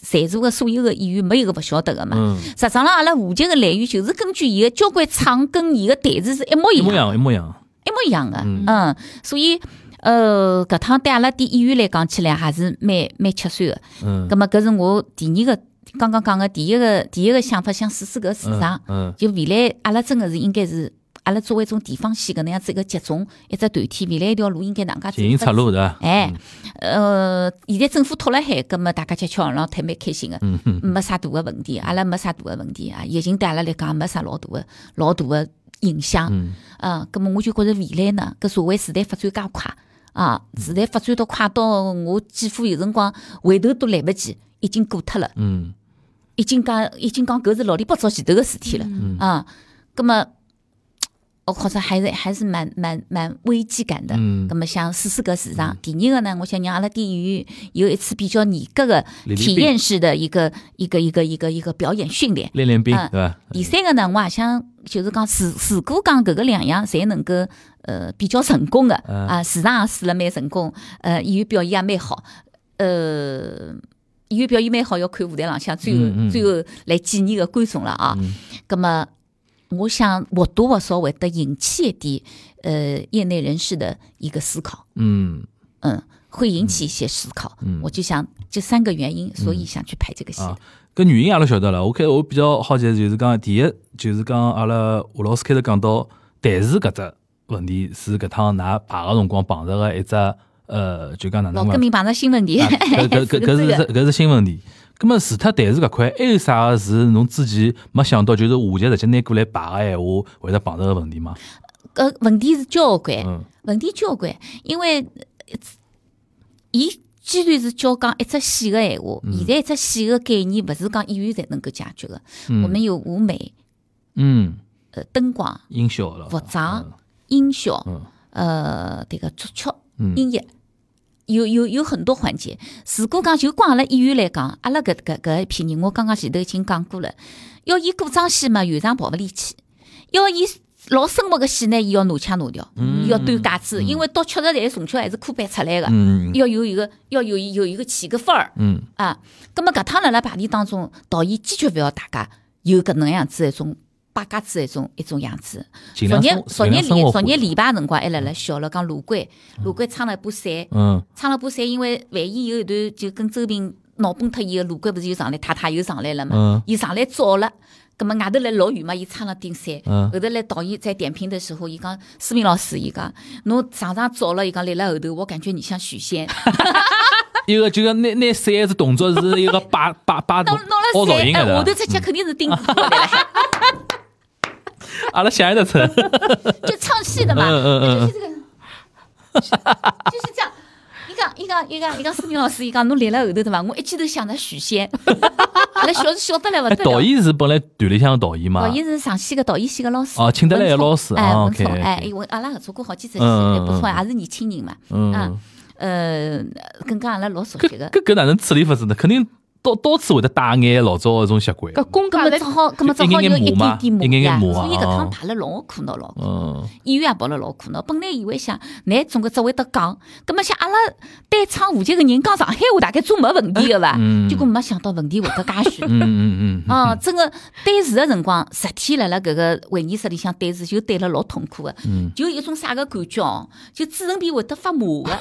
[SPEAKER 1] 在座个所有个演员没有一个勿晓得个嘛。
[SPEAKER 2] 嗯，
[SPEAKER 1] 实际上，阿拉沪剧个来源就是根据伊个交关唱跟伊个台词是一模一
[SPEAKER 2] 一
[SPEAKER 1] 样
[SPEAKER 2] 模一，样一模一样，
[SPEAKER 1] 一模一样的，
[SPEAKER 2] 嗯
[SPEAKER 1] 嗯，所以呃，搿趟对阿拉点演员来讲起来还是蛮蛮吃酸的。
[SPEAKER 2] 嗯
[SPEAKER 1] 葛末搿是我第二个刚刚讲个第一个第一个想法，想试试搿市场，
[SPEAKER 2] 嗯
[SPEAKER 1] 就未来阿拉真个是应该是。阿拉作为一种地方戏搿能样子一个集中，一只团体，未来一条路应该哪能介走
[SPEAKER 2] 行行
[SPEAKER 1] 法
[SPEAKER 2] 出
[SPEAKER 1] 子
[SPEAKER 2] 路嗯对伐？
[SPEAKER 1] 哎，呃，现在政府拓了海，葛么大家吃吃喝喝，还蛮开心个，
[SPEAKER 2] 嗯
[SPEAKER 1] 没啥大个问题，阿拉没啥大个问题啊。疫情对阿拉来讲没啥老大个老大个影响，
[SPEAKER 2] 嗯
[SPEAKER 1] 啊，葛么我就觉着未来呢，搿社会时代发展介快啊，时代发展到快到我几乎有辰光回头都来勿及，已经过脱了，
[SPEAKER 2] 嗯
[SPEAKER 1] 已经讲已经讲搿是老里八早前头个事体了啊，葛么。我觉着还是还是蛮蛮蛮危机感的，
[SPEAKER 2] 嗯
[SPEAKER 1] 咁么想试试搿市场。第二个呢，我想让阿拉电影院有一次比较严格的
[SPEAKER 2] 练练
[SPEAKER 1] 体
[SPEAKER 2] 兵
[SPEAKER 1] 验式的一个一个一个一个一个表演训练。
[SPEAKER 2] 练练兵
[SPEAKER 1] 啊
[SPEAKER 2] 对伐？
[SPEAKER 1] 第三个呢，我也想就是讲，如如果讲搿个两样侪能够呃比较成功的
[SPEAKER 2] 嗯
[SPEAKER 1] 啊，市场也试了蛮成功，呃，演员表演也蛮好，呃，演员表演蛮好，要看舞台浪向最
[SPEAKER 2] 嗯嗯嗯
[SPEAKER 1] 后最后来纪念个观众了啊。葛么，我想或多或少会得引起一点呃业内人士的一个思考，
[SPEAKER 2] 嗯
[SPEAKER 1] 嗯，会引起一些思考。
[SPEAKER 2] 嗯
[SPEAKER 1] 我就想这三个原因，所以想去拍这个戏。
[SPEAKER 2] 啊，搿原因阿拉晓得了。我开我比较好奇的就是讲，第一就是讲阿拉吴老师开头讲到台词搿只问题，是搿趟㑚排个辰光碰着个一只呃，就讲哪
[SPEAKER 1] 老
[SPEAKER 2] 能
[SPEAKER 1] 革
[SPEAKER 2] 讲？
[SPEAKER 1] 命碰着新问题，
[SPEAKER 2] 啊搿搿搿搿
[SPEAKER 1] <laughs> 是
[SPEAKER 2] 是
[SPEAKER 1] 这个
[SPEAKER 2] 搿是新问题。葛末除脱台词搿块，还有啥是侬之前没想到，就是话剧直接拿过来排个闲话，会得碰着个问题吗？
[SPEAKER 1] 呃，问题是交关。
[SPEAKER 2] 嗯
[SPEAKER 1] 问题交关，因为呃伊既然是教讲一只戏个闲话，现在一只戏个概念勿是讲演员才能够解决个。我们有舞美、
[SPEAKER 2] 嗯，
[SPEAKER 1] 呃灯光、
[SPEAKER 2] 音效了，
[SPEAKER 1] 服装、音效
[SPEAKER 2] 嗯，
[SPEAKER 1] 呃，这个作曲
[SPEAKER 2] 嗯、
[SPEAKER 1] 音乐。有有有很多环节，如果讲就光阿拉演员来讲，阿拉搿搿搿一批人，我刚刚前头已经讲过了，要演古装戏嘛，原场跑勿离去；要演老生活个戏呢，伊要拿腔拿调，伊要端架子，因为到确实侪从小还是科班出来个，
[SPEAKER 2] 嗯
[SPEAKER 1] 要有一个要有一有一个起个范儿
[SPEAKER 2] 嗯
[SPEAKER 1] 啊。葛么搿趟辣辣排练当中，导演坚决勿要大家有搿能样子一种败家子一种一种样子。
[SPEAKER 2] 尽
[SPEAKER 1] 昨
[SPEAKER 2] 量
[SPEAKER 1] 日
[SPEAKER 2] 生
[SPEAKER 1] 昨
[SPEAKER 2] 尽
[SPEAKER 1] 日
[SPEAKER 2] 量
[SPEAKER 1] 礼昨
[SPEAKER 2] 生活化
[SPEAKER 1] 日礼拜辰光还辣辣笑了，讲卢关，卢关撑了一把伞，
[SPEAKER 2] 嗯
[SPEAKER 1] 撑了把伞，因为万一有一段就跟周平闹崩脱以后，卢关不是又上来，太太又上来了嘛，
[SPEAKER 2] 嗯
[SPEAKER 1] 伊上来早了，葛么外头来落雨嘛，伊撑了顶伞。
[SPEAKER 2] 嗯
[SPEAKER 1] 后头来导演在点评的时候，伊讲思明老师，伊讲侬上上早了，伊讲立辣后头，我感觉你像许仙。
[SPEAKER 2] 一个就讲拿拿伞这动作是一个摆摆摆
[SPEAKER 1] 弄
[SPEAKER 2] 凹
[SPEAKER 1] 弄
[SPEAKER 2] 造
[SPEAKER 1] 了
[SPEAKER 2] 型
[SPEAKER 1] 伞，哎，
[SPEAKER 2] 的
[SPEAKER 1] 下头，只脚肯定是顶过来了，
[SPEAKER 2] 阿拉想象得
[SPEAKER 1] <laughs>
[SPEAKER 2] 出来，
[SPEAKER 1] 就唱戏的嘛，
[SPEAKER 2] 嗯嗯嗯
[SPEAKER 1] 就是这个，就是这样。伊讲伊讲伊讲伊讲思明老师，伊讲侬立辣后头对伐？我一记头想着许仙，阿拉笑笑得来勿
[SPEAKER 2] 哎
[SPEAKER 1] 得
[SPEAKER 2] 导
[SPEAKER 1] 了。
[SPEAKER 2] 演是本来团里向的导演嘛
[SPEAKER 1] 导，演是上戏个导演系个老师，
[SPEAKER 2] 哦，请得来
[SPEAKER 1] 文
[SPEAKER 2] 的
[SPEAKER 1] 聪
[SPEAKER 2] 老师
[SPEAKER 1] 哎，
[SPEAKER 2] 啊
[SPEAKER 1] 文聪，
[SPEAKER 2] ，OK，
[SPEAKER 1] 哎，因为阿拉合作过好几次戏，
[SPEAKER 2] 嗯嗯
[SPEAKER 1] 还不错，
[SPEAKER 2] 嗯
[SPEAKER 1] 也是年轻人嘛，
[SPEAKER 2] 嗯
[SPEAKER 1] 啊，呃，更加阿拉老熟悉
[SPEAKER 2] 搿
[SPEAKER 1] 个。
[SPEAKER 2] 搿搿哪能处理法子呢？肯定到到处会得带眼老早的种习惯，
[SPEAKER 3] 搿公
[SPEAKER 1] 咁么
[SPEAKER 3] 干
[SPEAKER 1] 只好，咁么只
[SPEAKER 2] 一
[SPEAKER 1] 好
[SPEAKER 2] 眼
[SPEAKER 1] 有
[SPEAKER 2] 眼
[SPEAKER 1] 一
[SPEAKER 2] 磨嘛
[SPEAKER 1] 点点
[SPEAKER 2] 一眼眼
[SPEAKER 1] 呀，
[SPEAKER 2] 磨啊
[SPEAKER 1] 所以搿
[SPEAKER 2] 啊
[SPEAKER 1] 趟排了老苦恼，老苦恼。
[SPEAKER 2] 嗯
[SPEAKER 1] 演员也跑了老苦恼。本来以为想，乃总归只会得讲，葛么像阿拉单唱沪剧个人讲上海话，大概总没问题个伐？
[SPEAKER 2] 嗯
[SPEAKER 1] 结果没想到问题会得介 <laughs> 许。
[SPEAKER 2] 嗯嗯嗯嗯，
[SPEAKER 1] 哦，真个对视个辰光，实体辣辣搿个会议室里向对视，就对了老痛苦个，
[SPEAKER 2] 嗯
[SPEAKER 1] 就有一种啥个感觉哦，就嘴唇边会得发麻个，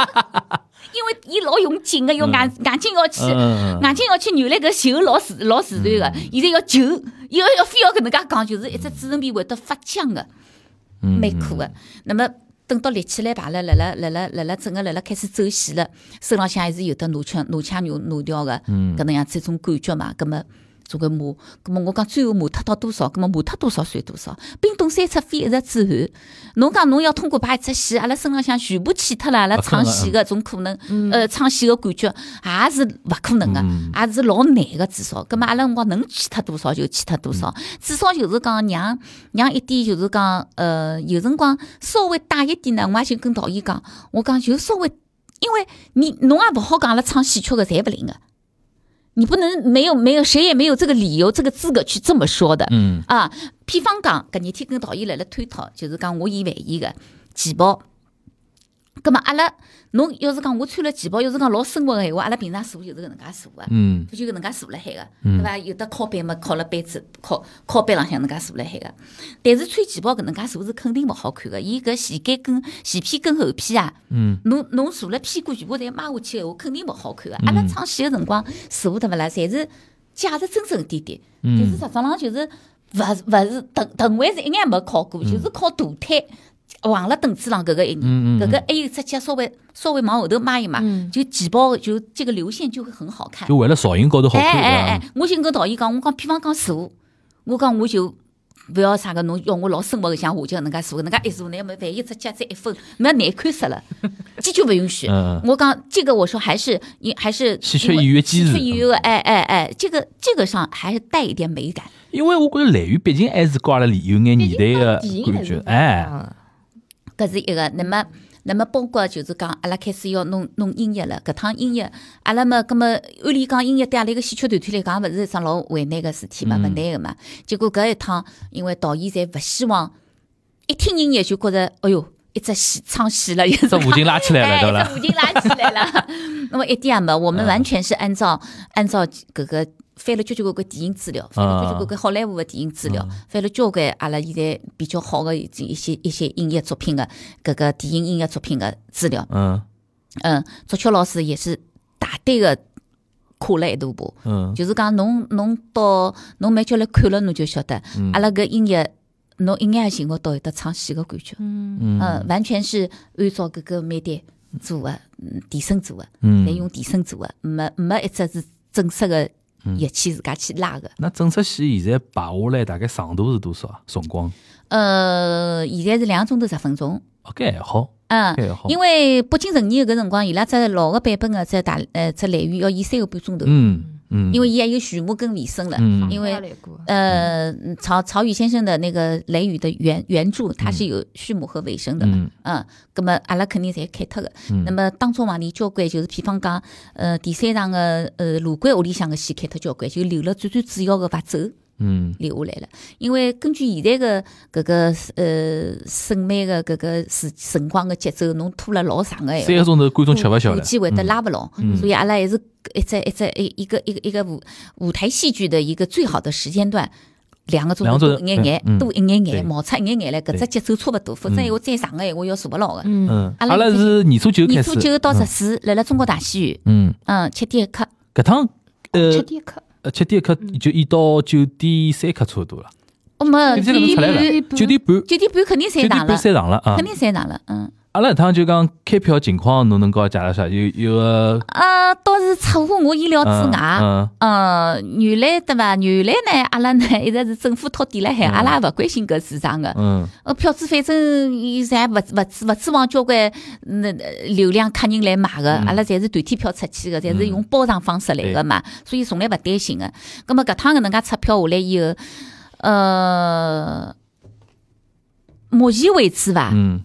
[SPEAKER 1] <laughs> 因为伊老用劲个，要眼眼睛要去，
[SPEAKER 2] 嗯嗯嗯
[SPEAKER 1] 眼睛要去，原来搿球老自老自然个，现在要球，伊要要非要搿能介讲，就是一只嘴唇边会得发僵个，蛮苦个。那么等到立起来排了，辣辣辣辣辣辣整个辣辣开始走戏了，身浪向还是有得拿腔拿腔拿拿调个，搿能样子一种感觉嘛。葛么总归骂，葛么我讲最后骂脱到多少，葛么骂脱多少算多少。冰冻三尺非一日之寒。侬讲侬要通过排一只戏，阿拉身浪向全部去脱了，阿拉
[SPEAKER 2] 勿可能
[SPEAKER 1] 唱戏个种可能，呃，唱戏个感觉也是勿可能个，也是老难个，至少。葛么阿拉辰光能去脱多少就去脱多少，至少就是讲让让一点就是讲，呃，有辰光稍微带一点呢，我也就跟导演讲，我讲就稍微，因为你侬也勿好讲阿拉唱戏曲个侪勿灵个。你不能没有没有谁也没有这个理由这个资格去这么说的，
[SPEAKER 2] 嗯
[SPEAKER 1] 啊，比方讲，搿日天跟导演辣辣探讨，就是讲我演万一个旗袍。葛啊么阿拉，侬要是讲我穿了旗袍，要是讲老生活个闲话，阿拉平常坐就是搿能介坐个，
[SPEAKER 2] 嗯
[SPEAKER 1] 不就搿能介坐辣海个，对伐？有的靠背嘛，靠了背子，靠靠背浪向搿能介坐辣海个。但是穿旗袍搿能介坐是肯定勿好看个，伊搿前盖跟前屁跟后屁啊，
[SPEAKER 2] 嗯，
[SPEAKER 1] 侬侬坐了屁股全部侪抹下去个闲话，肯定勿好看
[SPEAKER 2] 嗯
[SPEAKER 1] 个。阿拉唱戏个辰光坐对勿啦，侪是架着正正点点，
[SPEAKER 2] 嗯
[SPEAKER 1] 就是实质上就是勿是勿是凳凳位是一眼没靠过，
[SPEAKER 2] 嗯
[SPEAKER 1] 就是靠大腿横了凳子上搿个一
[SPEAKER 2] 嗯嗯嗯
[SPEAKER 1] 眼，搿个还有只脚稍微稍微往后头迈一迈，就挤爆就这个流线就会很好看。
[SPEAKER 2] 就为了造型高头好
[SPEAKER 1] 哎
[SPEAKER 2] 看
[SPEAKER 1] 哎
[SPEAKER 2] 啊
[SPEAKER 1] 哎，我就跟导演讲，我讲比方讲坐，我讲我就。勿要啥个，侬要我老生活个像下脚能介坐，能介一坐，那么万一只脚再一分，那难看死了， <laughs> 坚决勿允许。
[SPEAKER 2] 嗯
[SPEAKER 1] 我讲这个，我说还是你还是
[SPEAKER 2] 戏曲演员机制
[SPEAKER 1] 戏曲演员的，哎哎哎，这个这个上还是带一点美感。
[SPEAKER 2] 因为我觉着来源毕竟还是高阿拉有眼年代的感觉，哎，
[SPEAKER 3] 啊，
[SPEAKER 1] 搿是一个。那么，那么包括就是讲，阿拉开始要弄弄音乐了。搿趟音乐，阿拉嘛，葛么按理讲音乐对阿拉一个戏曲团体来讲，勿是一桩老为难个事体嘛，勿难个嘛。结果搿一趟，因为导演侪勿希望一听音乐就觉着，哎哟，一只戏唱戏了，一只
[SPEAKER 2] 这武警拉起来了，对
[SPEAKER 1] 哎，
[SPEAKER 2] 伐？
[SPEAKER 1] 这五金拉起来了。 <laughs> 那么一点也没，我们完全是按照、按照搿个翻了交交关关电影资料，翻了交交关关好莱坞的电影资料，翻了交关阿拉现在比较好的一一些一些音乐作品的搿个电影音乐作品的资料。
[SPEAKER 2] 嗯
[SPEAKER 1] 嗯，作曲老师也是大胆的跨了一大步。
[SPEAKER 2] 嗯
[SPEAKER 1] 就是讲侬侬到侬慢叫来看了，侬就晓得，阿拉搿音乐侬一眼也寻勿到有得唱戏个感觉。嗯完全是按照搿个美的做个，嗯提升做个，侪
[SPEAKER 2] 嗯，
[SPEAKER 1] 用提升做个，没没一只是正式个乐器自家去拉个。
[SPEAKER 2] 那整出戏现在排下来大概长度是多少啊？辰
[SPEAKER 1] 嗯
[SPEAKER 2] 光
[SPEAKER 1] 呃，现在是两个钟头十分钟。
[SPEAKER 2] ？OK，好，哦
[SPEAKER 1] 嗯
[SPEAKER 2] 哎好，
[SPEAKER 1] 因为北京城年搿辰光，伊拉只老个版本个只大呃只来源要演三个半钟头，
[SPEAKER 2] 嗯嗯，
[SPEAKER 1] 因为伊还有序幕跟尾声了。
[SPEAKER 2] 嗯
[SPEAKER 1] 因为
[SPEAKER 3] 过
[SPEAKER 1] 呃，曹曹禺先生的那个《雷雨》的原原著，它是有序幕和尾声的嘛。
[SPEAKER 2] 嗯
[SPEAKER 1] 嗯，咁么阿拉肯定侪开脱个。那么当中往里交关就是，比方讲，呃，第三场个呃卢关屋里向个戏开脱交关，就留了最最主要个白走
[SPEAKER 2] 嗯
[SPEAKER 1] 留下来了。因为根据现在个搿个呃审美个搿个时辰光个节奏，侬拖了老长个闲话
[SPEAKER 2] 三个钟头观众吃勿消
[SPEAKER 1] 估
[SPEAKER 2] 了，
[SPEAKER 1] 计会得拉不拢，
[SPEAKER 2] 嗯
[SPEAKER 1] 所以阿拉还是一只一只一一个一个一个舞舞台戏剧的一个最好的时间段。两个钟
[SPEAKER 2] 两
[SPEAKER 1] 头
[SPEAKER 2] 个
[SPEAKER 1] 多
[SPEAKER 2] 钟头
[SPEAKER 1] 一眼眼，
[SPEAKER 2] 嗯
[SPEAKER 1] 多一眼
[SPEAKER 2] 对
[SPEAKER 1] 眼，冒出一眼眼来，搿只节奏差勿多，否则
[SPEAKER 2] 嗯
[SPEAKER 1] 闲话再长个闲话要坐勿牢个。
[SPEAKER 3] 嗯，
[SPEAKER 2] 嗯，
[SPEAKER 1] 阿
[SPEAKER 2] 阿
[SPEAKER 1] 拉
[SPEAKER 2] 拉是年初九
[SPEAKER 1] 年
[SPEAKER 2] 开
[SPEAKER 1] 初
[SPEAKER 2] 始，
[SPEAKER 1] 九到十
[SPEAKER 2] 嗯
[SPEAKER 1] 四，辣辣中国大戏院，
[SPEAKER 2] 嗯，
[SPEAKER 1] 嗯，七点一刻，
[SPEAKER 2] 搿趟
[SPEAKER 1] 哦
[SPEAKER 3] 吃
[SPEAKER 2] 呃
[SPEAKER 3] 点客，
[SPEAKER 2] 呃七点一刻
[SPEAKER 1] 嗯
[SPEAKER 2] 就一到九点三刻差勿多了，
[SPEAKER 1] 我么
[SPEAKER 2] 你
[SPEAKER 1] 九
[SPEAKER 2] 这个能
[SPEAKER 1] 点
[SPEAKER 2] 出来
[SPEAKER 1] 半，
[SPEAKER 2] 了，九点半，
[SPEAKER 1] 哦九点半肯定
[SPEAKER 2] 九
[SPEAKER 1] 散
[SPEAKER 2] 点
[SPEAKER 1] 场
[SPEAKER 2] 半
[SPEAKER 1] 了，
[SPEAKER 2] 散场了啊
[SPEAKER 1] 肯。定散场了，嗯。
[SPEAKER 2] 阿拉搿趟就讲开票情况，侬能跟我介绍一下？有有个
[SPEAKER 1] 呃，倒是出乎我意料之
[SPEAKER 2] 嗯
[SPEAKER 1] 外。
[SPEAKER 2] 嗯
[SPEAKER 1] 呃，原来对伐？原来呢，阿拉呢一直是政府掏地辣海，
[SPEAKER 2] 嗯
[SPEAKER 1] 阿拉也勿关心搿市场个。
[SPEAKER 2] 嗯
[SPEAKER 1] 呃，票子反正伊侪勿勿指勿指望交关那流量客人来买个，
[SPEAKER 2] 嗯
[SPEAKER 1] 阿拉侪是团体票出去个，侪是用包场方式来个嘛，所以从来勿担心个。葛末搿趟搿能介出票下来以后，呃，目前为止伐，
[SPEAKER 2] 嗯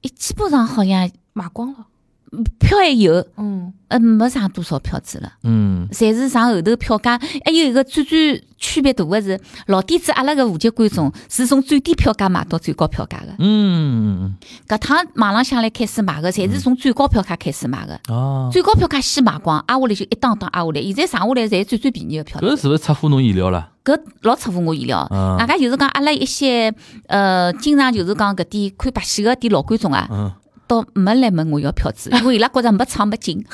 [SPEAKER 1] 伊基本上好像
[SPEAKER 3] 买光了。
[SPEAKER 1] 票还有，
[SPEAKER 3] 嗯，
[SPEAKER 1] 呃，没剩多少票子了。
[SPEAKER 2] 嗯
[SPEAKER 1] 侪是上后头票价，还有一个最最区别大个是，老底子阿拉个户籍观众是从最低票价买到最高票价个。
[SPEAKER 2] 嗯
[SPEAKER 1] 搿趟网浪向来开始买个，侪是从最高票价开始买个，
[SPEAKER 2] 啊，
[SPEAKER 1] 最高票价先买光，挨下来就一档档啊挨下来，现在剩下来侪是最最便宜个票。
[SPEAKER 2] 搿是勿是出乎侬意料了？
[SPEAKER 1] 搿老出乎我意料。
[SPEAKER 2] 嗯
[SPEAKER 1] 外加就是讲阿拉一些呃，经常就是讲搿点看白戏个点老观众啊，
[SPEAKER 2] 嗯，
[SPEAKER 1] 倒没来问我要票 <laughs> 子，因为伊拉觉着没唱没劲。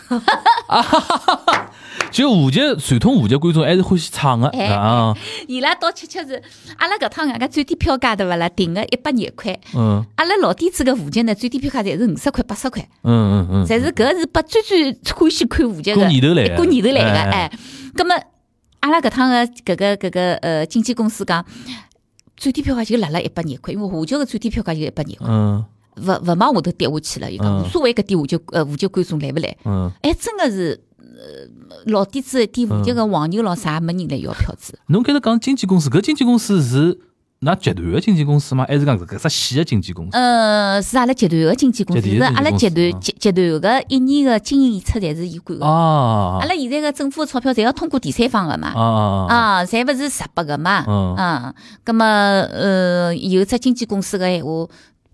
[SPEAKER 2] 就户籍传统户籍观众还是欢喜唱个
[SPEAKER 1] 哎
[SPEAKER 2] 啊，
[SPEAKER 1] <laughs> 伊拉倒恰恰是阿拉搿趟外加最低票价对勿啦？定个一百廿块。
[SPEAKER 2] 嗯
[SPEAKER 1] 阿拉老底子个户籍呢，最低票价侪是五十块、八十块，
[SPEAKER 2] 嗯嗯嗯，
[SPEAKER 1] 侪是搿是拨最最欢喜看户籍个
[SPEAKER 2] 过年头来
[SPEAKER 1] 一
[SPEAKER 2] 的，
[SPEAKER 1] 过年头来
[SPEAKER 2] 哎
[SPEAKER 1] 个，，哎，葛么阿拉搿趟个搿个搿个呃经纪公司讲。最低票价就辣辣一百廿块，因为户籍个最低票价就一百廿块，
[SPEAKER 2] 嗯
[SPEAKER 1] 勿勿往下头跌下去了。伊讲
[SPEAKER 2] 嗯
[SPEAKER 1] 无所谓搿点户籍呃户籍观众来勿来，
[SPEAKER 2] 嗯，
[SPEAKER 1] 哎，真个是呃老底子点户籍个
[SPEAKER 2] 嗯
[SPEAKER 1] 黄牛咯啥没人来要票子。
[SPEAKER 2] 侬开头讲经纪公司，搿经纪公司是㑚集团个经纪公司吗？还是讲搿只细个经纪公司？
[SPEAKER 1] 呃，是阿拉集团个经纪公司，
[SPEAKER 2] 集
[SPEAKER 1] 是
[SPEAKER 2] 团
[SPEAKER 1] 阿拉
[SPEAKER 2] 经
[SPEAKER 1] 集
[SPEAKER 2] 纪
[SPEAKER 1] 团
[SPEAKER 2] 公司啊
[SPEAKER 1] 集集团个一年个经营演出侪是伊管个。
[SPEAKER 2] 啊
[SPEAKER 1] 阿拉现在个政府钞票侪要通过第三方个嘛，
[SPEAKER 2] 啊
[SPEAKER 1] 啊，侪勿是直拨个嘛，
[SPEAKER 2] 嗯
[SPEAKER 1] 啊，葛么呃，有只经纪公司个闲话，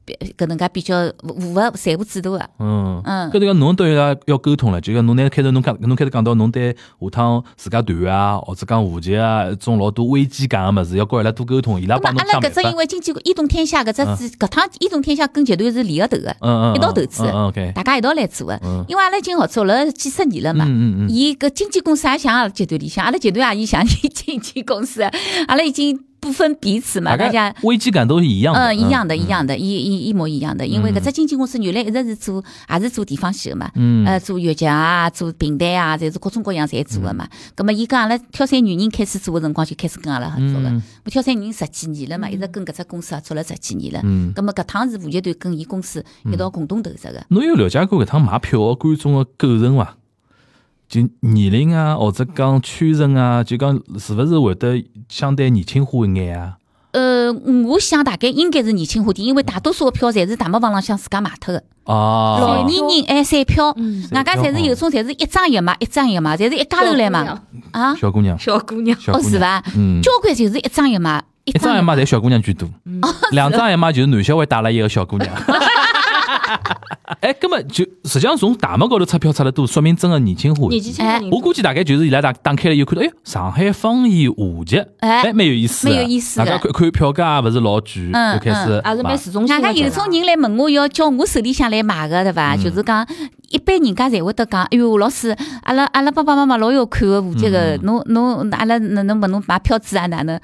[SPEAKER 1] 比搿能介比较符合财务制度个，
[SPEAKER 2] 嗯。
[SPEAKER 1] 嗯
[SPEAKER 2] 搿，就讲侬对伊拉要沟通了，就讲侬拿开头侬讲，侬开头讲到侬对下趟自家团啊，或者讲户籍啊，一种老多危机感个物事，要跟伊拉多沟通，伊拉
[SPEAKER 1] 葛
[SPEAKER 2] 帮
[SPEAKER 1] 么
[SPEAKER 2] 侬
[SPEAKER 1] 阿拉
[SPEAKER 2] 想嗯
[SPEAKER 1] 搿
[SPEAKER 2] 办
[SPEAKER 1] 只
[SPEAKER 2] 法
[SPEAKER 1] 因。为经纪公移动天下搿只是搿趟移动天下跟集团是联合头个，
[SPEAKER 2] 嗯嗯，
[SPEAKER 1] 一道投资
[SPEAKER 2] 嗯嗯，OK，
[SPEAKER 1] 大家一道来做个
[SPEAKER 2] 嗯，
[SPEAKER 1] 因为阿拉已经合作了几十年了嘛，
[SPEAKER 2] 嗯嗯嗯，
[SPEAKER 1] 伊搿经纪公司也像阿拉集团里向，阿拉集团也像伊经纪公司，啊阿拉已经不分彼此嘛，大家
[SPEAKER 2] 家。危机感都是一样的，
[SPEAKER 1] 嗯，一样的，
[SPEAKER 2] 嗯
[SPEAKER 1] 一样的，一一一模一样的，因为搿只经纪公司原来一直是做，也是做地方戏个嘛，
[SPEAKER 2] 嗯
[SPEAKER 1] 呃，做越剧啊，做平台啊，侪是各种各样侪做个嘛。
[SPEAKER 2] 嗯
[SPEAKER 1] 葛末伊跟阿拉挑三女人开始做个辰光就开始跟阿拉合作了
[SPEAKER 2] 嗯，
[SPEAKER 1] 我挑三女人十几年了嘛，一直跟搿只公司合作了十几年了。
[SPEAKER 2] 嗯。
[SPEAKER 1] 葛末搿趟是吴集团跟伊公司一道共同投资个，
[SPEAKER 2] 侬有了解过搿趟买票个观众个构成伐？就年龄啊，或者讲圈层啊，就讲是勿是会得相对年轻化一眼啊？
[SPEAKER 1] 呃，我想大概应该是年轻化点，因为大多数个票侪是大麦坊浪向自家买脱个。
[SPEAKER 2] 啊，
[SPEAKER 1] 老年人哎，散票，
[SPEAKER 3] 嗯
[SPEAKER 1] 外加侪是
[SPEAKER 2] 哦
[SPEAKER 1] 有种，侪是一张一买，一张一买，侪是一家头来买啊。
[SPEAKER 2] 小姑娘，
[SPEAKER 3] 小姑娘，
[SPEAKER 2] 小
[SPEAKER 1] 哦，
[SPEAKER 2] 姑
[SPEAKER 1] 是
[SPEAKER 2] 娘，
[SPEAKER 1] 伐？
[SPEAKER 2] 嗯，
[SPEAKER 1] 交关就是一张一买，一
[SPEAKER 2] 一张
[SPEAKER 1] 一
[SPEAKER 2] 一妈侪小姑娘居多，两张一妈就是男小孩带了一个小姑娘。哎，根本就实际上从大麦高头出票出的多，说明真的年轻化。
[SPEAKER 3] 年纪轻
[SPEAKER 1] 哎
[SPEAKER 3] 的人
[SPEAKER 2] 我估计大概就是伊拉打打开了以后看到，哎，上海方言户籍，
[SPEAKER 1] 哎
[SPEAKER 2] 哎，蛮有意思的，
[SPEAKER 1] 蛮有意思的
[SPEAKER 2] 大家看看票价也勿是老贵，
[SPEAKER 1] 嗯
[SPEAKER 2] 就开始
[SPEAKER 3] 也
[SPEAKER 2] 买
[SPEAKER 3] 是蛮市中心
[SPEAKER 1] 外
[SPEAKER 3] 的
[SPEAKER 1] 加
[SPEAKER 3] 人
[SPEAKER 1] 有
[SPEAKER 3] 啊。
[SPEAKER 1] 种人来问我要叫我手里向来买个，对伐？就是讲，一般人家侪会得讲，哎哟，老师，阿拉阿拉爸爸妈妈老有看个户籍个，侬侬阿拉哪能问侬买票子啊哪能？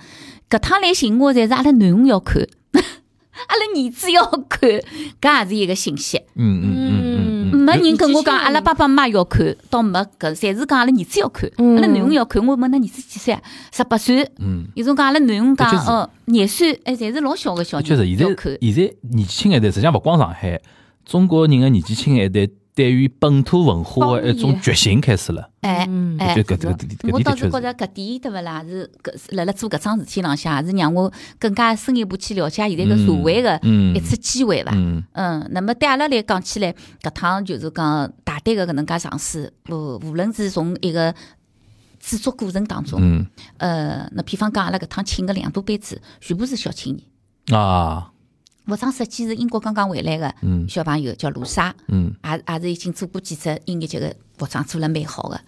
[SPEAKER 1] 搿趟来寻我，侪是阿拉囡恩要看， <laughs> 阿拉儿子要看，搿也是一个信息。
[SPEAKER 2] 嗯嗯嗯嗯嗯，
[SPEAKER 1] 没人跟我讲，
[SPEAKER 3] 嗯
[SPEAKER 1] 阿拉爸爸妈妈要看，倒没搿，侪是讲阿拉儿子要看，
[SPEAKER 3] 嗯
[SPEAKER 1] 阿拉囡恩要看。我问㑚儿子几岁啊？十八岁。
[SPEAKER 2] 嗯，
[SPEAKER 1] 有种讲阿拉囡恩讲
[SPEAKER 2] 的确是
[SPEAKER 1] 哦，廿岁，哎，侪是老小个小
[SPEAKER 2] 的确是
[SPEAKER 1] 人
[SPEAKER 2] 现在
[SPEAKER 1] 要看。
[SPEAKER 2] 现在年纪轻一代，实际上勿光上海，中国人的年纪轻一代，对于本土文化的一种觉醒开始了，
[SPEAKER 1] 哎
[SPEAKER 3] 嗯
[SPEAKER 1] 哎
[SPEAKER 2] 就，搿搿搿搿
[SPEAKER 1] 我
[SPEAKER 2] 点
[SPEAKER 1] 倒
[SPEAKER 2] 的
[SPEAKER 1] 是
[SPEAKER 2] 确
[SPEAKER 1] 觉
[SPEAKER 2] 是，
[SPEAKER 1] 着搿点对勿啦，是搿是辣辣做搿桩事体浪向，也是让我更加深一步去了解现在搿社会个
[SPEAKER 2] 嗯
[SPEAKER 1] 一次机会伐。
[SPEAKER 2] 嗯。
[SPEAKER 1] 嗯，那么对阿拉来讲起来，搿趟就是讲大胆个搿能介尝试，无无论是从一个制作过程当中，
[SPEAKER 2] 嗯
[SPEAKER 1] 呃，那比方讲阿拉搿趟请个两大班子，全部是小青年。
[SPEAKER 2] 啊，
[SPEAKER 1] 服装设计是英国刚刚回来个
[SPEAKER 2] 嗯
[SPEAKER 1] 小朋友，叫卢莎，
[SPEAKER 2] 嗯
[SPEAKER 1] 也也是已经做过几只音乐节个服装，做了蛮好个。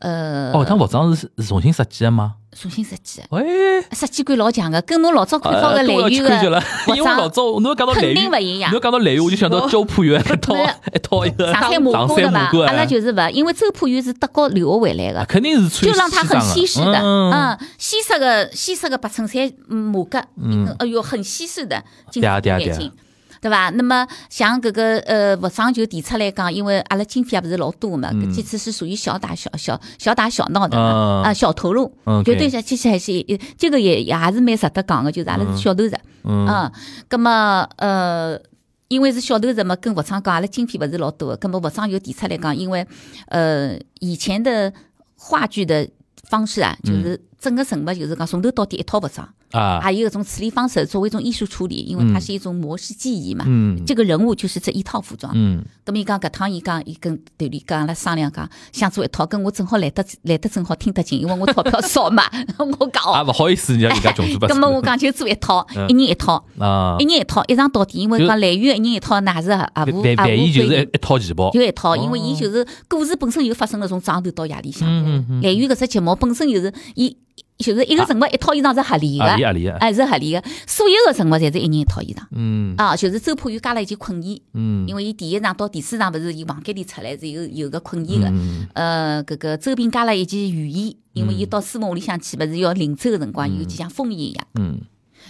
[SPEAKER 1] 呃，
[SPEAKER 2] 哦，趟服装是是重新设计的吗？
[SPEAKER 1] 重新设计的，
[SPEAKER 2] 哎，
[SPEAKER 1] <laughs> 设计感老强个，跟侬老早看到
[SPEAKER 2] 啊
[SPEAKER 1] 个
[SPEAKER 2] 都
[SPEAKER 1] 蓝
[SPEAKER 2] 要去
[SPEAKER 1] 雨
[SPEAKER 2] 看去了
[SPEAKER 1] 个，服
[SPEAKER 2] 因为我老
[SPEAKER 1] 装
[SPEAKER 2] 早侬讲到
[SPEAKER 1] 肯
[SPEAKER 2] 雷
[SPEAKER 1] 定
[SPEAKER 2] 雨，
[SPEAKER 1] 勿一样
[SPEAKER 2] 侬。讲到雷雨，我就想到周朴 <laughs> 园一套
[SPEAKER 1] 哦没有
[SPEAKER 2] 一哎套一个
[SPEAKER 1] 上海
[SPEAKER 2] 上
[SPEAKER 1] 马
[SPEAKER 2] 海
[SPEAKER 1] 工的
[SPEAKER 2] 马
[SPEAKER 1] 嘛
[SPEAKER 2] 工，，
[SPEAKER 1] 阿拉
[SPEAKER 2] 哎
[SPEAKER 1] 就是勿，因为周朴园是德国留学回来
[SPEAKER 2] 啊
[SPEAKER 1] 的，
[SPEAKER 2] 肯定是穿
[SPEAKER 1] 就让它很
[SPEAKER 2] 西
[SPEAKER 1] 西式
[SPEAKER 2] 装
[SPEAKER 1] 的，
[SPEAKER 2] 嗯，
[SPEAKER 1] 嗯，西式的西式的白衬衫马革，嗯，哎哟，很西式的金
[SPEAKER 2] 对啊
[SPEAKER 1] 丝
[SPEAKER 2] 对啊
[SPEAKER 1] 眼
[SPEAKER 2] 对啊
[SPEAKER 1] 镜。对伐？那么像搿个呃服装就提出来讲，因为阿拉经费也勿是老多嘛，搿几次是属于小打小小小打小闹的嘛
[SPEAKER 2] 嗯
[SPEAKER 1] 嗯啊，小投入，
[SPEAKER 2] 嗯
[SPEAKER 1] 就
[SPEAKER 2] OK
[SPEAKER 1] 对，其实还是也这个也也还是蛮值得讲的，就是阿拉是小投入，嗯，葛么呃。因为是小头子嘛，跟服装讲，阿拉经费勿是老多的，葛么服装又提出来讲，因为呃以前的话剧的方式啊，就是整个成本就是讲从头到底一套服装，
[SPEAKER 2] 嗯啊，
[SPEAKER 1] 还有一种处理方式作为一种艺术处理，因为它是一种模式记忆嘛。
[SPEAKER 2] 嗯
[SPEAKER 1] 这个人物就是这一套服装，
[SPEAKER 2] 嗯，
[SPEAKER 1] 咁伊讲搿趟伊讲伊跟团里讲阿拉商量讲，想做一套，跟我正好来得来得正好听得进，因为我钞票少嘛， <laughs> 我讲
[SPEAKER 2] 也
[SPEAKER 1] 哦，
[SPEAKER 2] 勿啊好意思，人家人家穷猪八
[SPEAKER 1] 咁么我讲就做一套，一人一套，
[SPEAKER 2] 啊
[SPEAKER 1] 一，人一套，一场到底，因为
[SPEAKER 2] 就
[SPEAKER 1] 讲来源一人一套，哪是啊也
[SPEAKER 2] 万
[SPEAKER 1] 无也无
[SPEAKER 2] 万一哎就是
[SPEAKER 1] 规
[SPEAKER 2] 一
[SPEAKER 1] 定
[SPEAKER 2] 一套哦旗袍，
[SPEAKER 1] 就一套，因为伊就是故事本身就发生了从早上头到夜里向
[SPEAKER 2] 嗯嗯，
[SPEAKER 1] 来源搿只节目本身就是伊就是一个人物一套衣裳是合理
[SPEAKER 2] 啊，理
[SPEAKER 1] 个，
[SPEAKER 2] 啊理啊，
[SPEAKER 1] 哎是合理个，所有个人物侪是一人一套衣裳。
[SPEAKER 2] 嗯
[SPEAKER 1] 啊，就是周朴园加了一件困衣，
[SPEAKER 2] 嗯
[SPEAKER 1] 因为伊第一场到第四场勿是伊房间里出来是有有个困衣个，
[SPEAKER 2] 嗯
[SPEAKER 1] 呃，搿个周平加了一件雨衣，因为伊到苏门屋里向去，勿是要临走个辰光，有几像风衣一样，
[SPEAKER 2] 嗯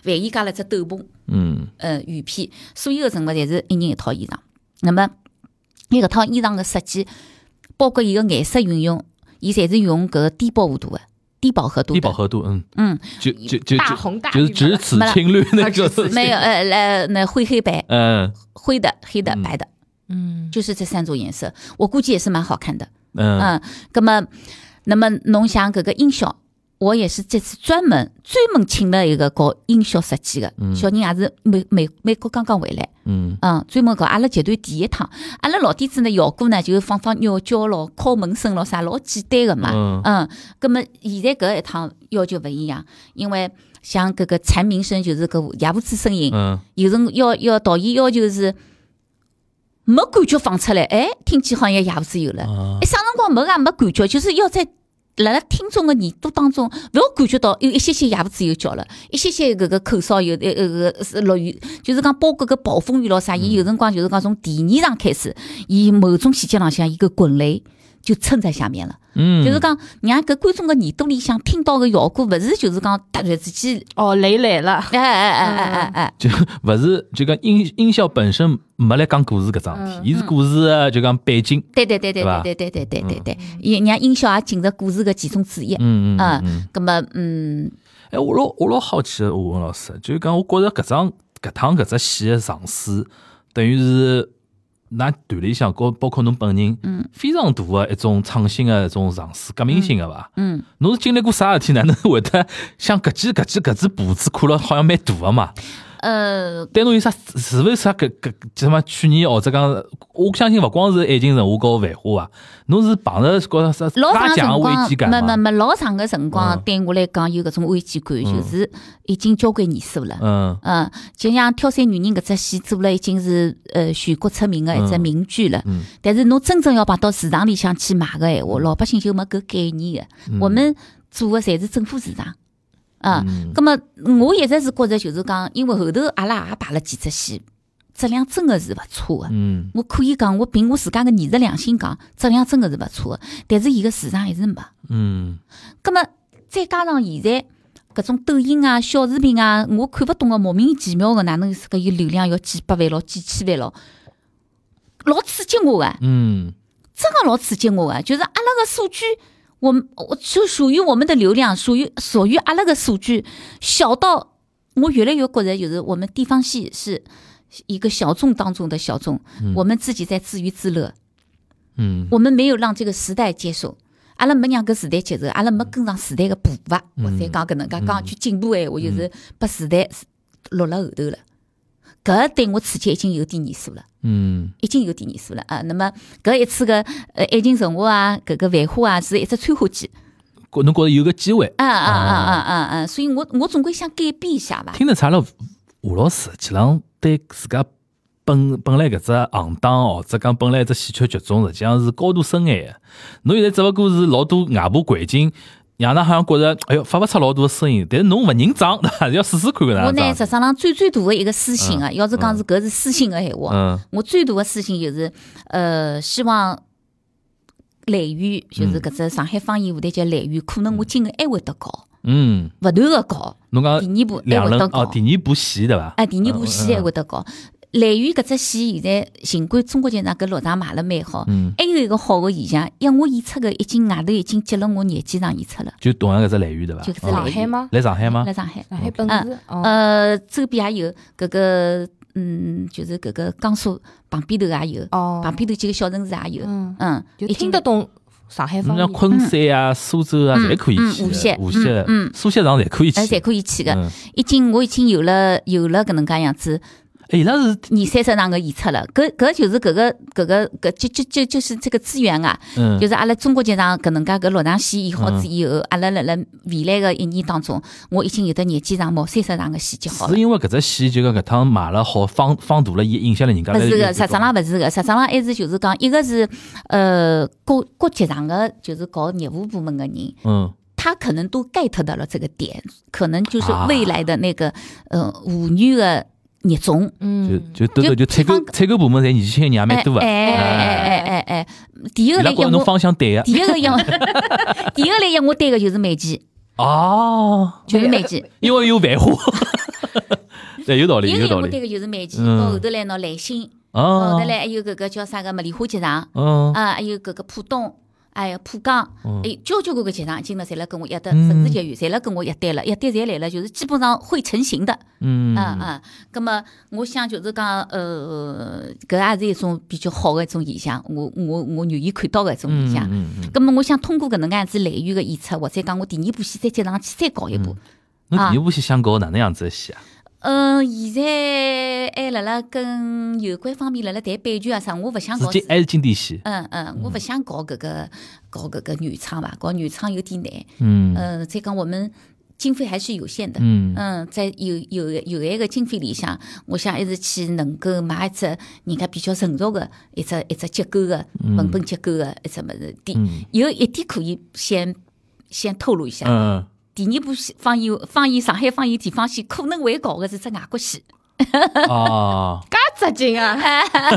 [SPEAKER 1] 万一加了只斗篷，
[SPEAKER 2] 嗯
[SPEAKER 1] 呃，雨披，所有个人物侪是一人一套衣裳。那么，伊搿套衣裳个设计，包括伊个颜色运用，伊侪是用搿个低饱和度个低饱和度
[SPEAKER 2] 低饱
[SPEAKER 1] 的，
[SPEAKER 2] 和度，嗯
[SPEAKER 1] 嗯，
[SPEAKER 2] 就就就
[SPEAKER 3] 大
[SPEAKER 2] 就
[SPEAKER 3] 红大
[SPEAKER 2] 就是
[SPEAKER 3] 绿
[SPEAKER 2] 咫尺青绿那
[SPEAKER 3] 没了
[SPEAKER 2] 种，
[SPEAKER 1] 没有呃来那灰黑白，
[SPEAKER 2] 嗯
[SPEAKER 1] 灰的、黑的、
[SPEAKER 2] 嗯
[SPEAKER 1] 白的，
[SPEAKER 3] 嗯，
[SPEAKER 1] 就是这三种颜色，我估计也是蛮好看的。
[SPEAKER 2] 嗯
[SPEAKER 1] 嗯，那么，那么侬想搿个音效，我也是这次专门专门请了一个搞音效设计的小人，也是美美美国刚刚回来，
[SPEAKER 2] 嗯
[SPEAKER 1] 嗯，专门搞阿拉集团第一趟，阿拉老底子呢效果呢就是放放鸟叫咯、敲门声咯啥，老简单个嘛。
[SPEAKER 2] 嗯
[SPEAKER 1] 嗯，那么现在搿一趟要求勿一样，因为像搿个蝉鸣声就是搿夜不知声音，
[SPEAKER 2] 嗯
[SPEAKER 1] 有辰要要导演要求是没感觉放出来，哎，听见好像也不是有了。
[SPEAKER 2] 啊
[SPEAKER 1] 哎，啥辰光没啊没感觉，就是要在辣辣听众的耳朵当中，勿要感觉到有一些些也不自由叫了，一些些搿个口哨有呃呃呃是落雨，就是讲包括搿暴风雨咯啥，
[SPEAKER 2] 嗯
[SPEAKER 1] 伊有辰光就是讲从第二场开始，伊某种细节浪向伊个滚雷。就撑在下面了，
[SPEAKER 2] 嗯，
[SPEAKER 1] 就是讲让搿观众个耳朵里向听到个效果，勿是就是讲突然之间，
[SPEAKER 3] 哦，雷来了，
[SPEAKER 1] 哎哎哎哎哎哎，
[SPEAKER 2] 就勿是就讲音音效本身没来讲故事搿桩
[SPEAKER 1] 嗯
[SPEAKER 2] 事体，伊是故事的就讲背景，
[SPEAKER 1] 对对对对
[SPEAKER 2] 对吧
[SPEAKER 1] 对对对对对对，也让音效也进入故事啊个其中之一。
[SPEAKER 2] 嗯嗯嗯。
[SPEAKER 1] 啊咁么，嗯，
[SPEAKER 2] 哎，我老我老好奇的，吴文老师，就是讲，我觉着搿张搿趟搿只戏的上市，等于是㑚团里向高包括侬本人，嗯，非常大的一种创新的一种尝试，革命性的伐？
[SPEAKER 1] 嗯，
[SPEAKER 2] 侬是经历过啥事体，哪能会得像搿记搿记搿只步子跨了好像蛮大的嘛？
[SPEAKER 1] 呃，
[SPEAKER 2] 对侬有啥是勿是啥搿搿什么去年或者讲，我相信勿光是爱情神话高繁华啊，侬是碰着觉着啥
[SPEAKER 1] 老
[SPEAKER 2] 啥
[SPEAKER 1] 长
[SPEAKER 2] 强的危
[SPEAKER 1] 个
[SPEAKER 2] 机
[SPEAKER 1] 辰
[SPEAKER 2] 感
[SPEAKER 1] 光，没没
[SPEAKER 2] 嘛？
[SPEAKER 1] 没，老长个辰光
[SPEAKER 2] 嗯
[SPEAKER 1] 对我来讲有搿种危机感，就是已经交关年数了。
[SPEAKER 2] 嗯
[SPEAKER 1] 嗯，就像《挑三女人》搿只戏做了已经是呃全国出名个一只
[SPEAKER 2] 嗯
[SPEAKER 1] 名剧了，
[SPEAKER 2] 嗯
[SPEAKER 1] 但是侬真正要摆到市场里向去卖个闲话，老百姓就没搿概念个。我们做个侪是政府市场，啊、
[SPEAKER 2] 嗯
[SPEAKER 1] 咁么我一直是觉着就是讲，因为后头阿拉也排了几只戏，质量真个是勿错个。
[SPEAKER 2] 嗯
[SPEAKER 1] 我可以讲，我凭我自家个艺术良心讲，质量真个是勿错个，但是伊个市场还是没。
[SPEAKER 2] 嗯
[SPEAKER 1] 咁么再加上现在搿种抖音啊、小视频啊，我看勿懂个莫名其妙个，哪能是搿有流量要几百万咯、几千万咯，老刺激我个，
[SPEAKER 2] 嗯
[SPEAKER 1] 真个老刺激我个，啊就是阿拉个数据。我们我就属于我们的流量，属于属于阿拉个数据，小到我越来越觉得，就是我们地方戏是一个小众当中的小众，我们自己在自娱自乐，
[SPEAKER 2] 嗯
[SPEAKER 1] 我们没有让这个时代接受，阿拉没让搿时代接受，阿拉没跟上时代的步伐。我再讲搿能介讲去进步闲话，就是把时代落了后头了。搿对我刺激已经有点年数了，
[SPEAKER 2] 嗯。
[SPEAKER 1] 已经有点年数了啊。那么搿一次个呃爱情神话啊，搿个繁花啊，是一只催化剂。
[SPEAKER 2] 觉侬觉着有个机会，
[SPEAKER 1] 啊啊啊啊啊啊！所以我我总归想改变一下伐。
[SPEAKER 2] 听得出来了，吴老师实际上对自家本本来搿只行当或者讲本来只戏曲剧种，实际上是高度深爱的。侬现在只勿过是老多外部环境，让㑚好像觉着，哎哟，发勿出老多的声音。但是侬勿认账， <laughs> 对啊伐？要试试看
[SPEAKER 1] 我
[SPEAKER 2] 搿能
[SPEAKER 1] 呢，
[SPEAKER 2] 样
[SPEAKER 1] 实
[SPEAKER 2] 子。
[SPEAKER 1] 际上最最大的一个私信啊，要是讲是搿是私信的闲话，
[SPEAKER 2] 嗯
[SPEAKER 1] 我最大的私信就是，呃，希望雷雨就
[SPEAKER 2] 嗯
[SPEAKER 1] 是搿只上海方言舞台剧雷雨，可能我今后还会得搞，
[SPEAKER 2] 嗯，
[SPEAKER 1] 勿断的搞，
[SPEAKER 2] 侬讲
[SPEAKER 1] 第二部还
[SPEAKER 2] 两
[SPEAKER 1] 会
[SPEAKER 2] 轮
[SPEAKER 1] 得
[SPEAKER 2] 哦
[SPEAKER 1] 搞，，
[SPEAKER 2] 第二部戏对伐？
[SPEAKER 1] 啊，第二部戏还会得搞。雷雨搿只戏现在尽管中国剧场搿六场卖了蛮好，还有一个好个现象，因为我演出个已经外头已经接了我廿几场演出了，
[SPEAKER 2] 就同样搿只来源对伐？
[SPEAKER 1] 就搿只
[SPEAKER 2] 哦
[SPEAKER 3] 上
[SPEAKER 1] 来
[SPEAKER 3] 海
[SPEAKER 1] 源
[SPEAKER 3] 吗？
[SPEAKER 2] 来上海吗
[SPEAKER 1] 辣？上海。
[SPEAKER 3] 上海本子，哦，
[SPEAKER 1] 呃，周边也有，搿个嗯，就是搿个江苏旁边头也有，
[SPEAKER 3] 哦
[SPEAKER 1] 旁边头几个小城市也有，
[SPEAKER 3] 嗯，
[SPEAKER 1] 嗯，
[SPEAKER 3] 就
[SPEAKER 1] 已
[SPEAKER 3] 听
[SPEAKER 1] 经
[SPEAKER 3] 得懂上海方
[SPEAKER 2] 侬像
[SPEAKER 3] 言。
[SPEAKER 2] 昆山啊、苏州啊，
[SPEAKER 1] 嗯
[SPEAKER 2] 侪可以
[SPEAKER 1] 嗯
[SPEAKER 2] 去的。
[SPEAKER 1] 无锡
[SPEAKER 2] 无锡的
[SPEAKER 1] 嗯嗯、
[SPEAKER 2] 苏锡常侪可以去
[SPEAKER 1] 呃，
[SPEAKER 2] 的。
[SPEAKER 1] 侪可以去个。
[SPEAKER 2] 嗯，
[SPEAKER 1] 已经我已经有了有了搿能介样子，
[SPEAKER 2] 哎，伊拉是
[SPEAKER 1] 二三十场个演出了，搿搿就是搿个搿个搿就就就就是这个资源啊，
[SPEAKER 2] 嗯
[SPEAKER 1] 就是阿拉中国剧场搿能介搿六场戏演好
[SPEAKER 2] 嗯
[SPEAKER 1] 之以后，阿拉辣辣未来个一年当中，我已经有得廿几场毛三十场个戏接好了
[SPEAKER 2] 是。因为搿只戏就讲搿趟卖了好，放放大了，伊影响了人家
[SPEAKER 1] 勿
[SPEAKER 2] 来。
[SPEAKER 1] 是个，实质上勿是个，实质上还是就是讲，一个是呃各各剧场个就是搞业务部门个人，
[SPEAKER 2] 嗯，
[SPEAKER 1] 他可能都 get 到了这个点，可能就是
[SPEAKER 2] 啊
[SPEAKER 1] 未来的那个、呃妇女的热衷。
[SPEAKER 2] 就
[SPEAKER 3] 嗯，
[SPEAKER 2] 就都都
[SPEAKER 1] 就
[SPEAKER 2] 就采购
[SPEAKER 1] 比方
[SPEAKER 2] 采购部门侪年轻人也蛮
[SPEAKER 1] 哎
[SPEAKER 2] 多
[SPEAKER 1] 哎
[SPEAKER 2] 啊。
[SPEAKER 1] 哎哎哎哎哎，第一
[SPEAKER 2] 伊
[SPEAKER 1] 个
[SPEAKER 2] 拉
[SPEAKER 1] 来
[SPEAKER 2] 觉
[SPEAKER 1] 约
[SPEAKER 2] 着侬
[SPEAKER 1] 我，
[SPEAKER 2] 方向对
[SPEAKER 1] <laughs>
[SPEAKER 2] 个
[SPEAKER 1] 第一个约我，第一个来约我对个就是美琪，
[SPEAKER 2] 哦，
[SPEAKER 1] 就是美琪。
[SPEAKER 2] 因为有繁花，对，有道
[SPEAKER 1] 第
[SPEAKER 2] 理，
[SPEAKER 1] 一
[SPEAKER 2] 有
[SPEAKER 1] 个
[SPEAKER 2] 道
[SPEAKER 1] 来我
[SPEAKER 2] 理
[SPEAKER 1] 对个就是美琪，
[SPEAKER 2] 嗯
[SPEAKER 1] 到后头来喏兰心，到后
[SPEAKER 2] 啊
[SPEAKER 1] 头，来还有搿个叫啥个么梨花剧场
[SPEAKER 2] 嗯，
[SPEAKER 1] 啊，还有搿个浦东。哎呀，浦江，
[SPEAKER 2] 嗯
[SPEAKER 1] 哎，交交关关剧场今朝侪来跟我一搭，
[SPEAKER 2] 嗯
[SPEAKER 1] 城市剧院侪来跟我一搭了，一搭侪来了，就是基本上会成型的。
[SPEAKER 2] 嗯，
[SPEAKER 1] 嗯嗯，咁么我想就是讲，呃，搿也是一种比较好的一种现象，我我我愿意看到的一种现象。
[SPEAKER 2] 嗯嗯嗯，
[SPEAKER 1] 咁么我想通过搿能介样子来源个演出，或者讲我第二部戏再接上去再搞一部。
[SPEAKER 2] 侬
[SPEAKER 1] 啊
[SPEAKER 2] 第一部戏想搞哪能样子的戏啊？
[SPEAKER 1] 嗯，现在还辣辣跟有关方面辣辣谈版权啊啥，我勿想
[SPEAKER 2] 是
[SPEAKER 1] 搞。
[SPEAKER 2] 经还是经典戏？
[SPEAKER 1] 嗯嗯，我勿想搞搿个搞搿个原创吧，搞原创有点难。
[SPEAKER 2] 嗯
[SPEAKER 1] 嗯，再讲我们经费还是有限的。
[SPEAKER 2] 嗯
[SPEAKER 1] 嗯，在有有有限个经费里向，我想还是去能够买一只人家比较成熟个一只一只结构个文本结构个一只物事。第
[SPEAKER 2] 嗯
[SPEAKER 1] 有一点可以先先透露一下， <laughs>
[SPEAKER 2] 嗯，
[SPEAKER 1] 第二部戏方言方言上海方言地方戏可能会搞个是只外国戏，
[SPEAKER 2] 哦，
[SPEAKER 3] 扎劲啊！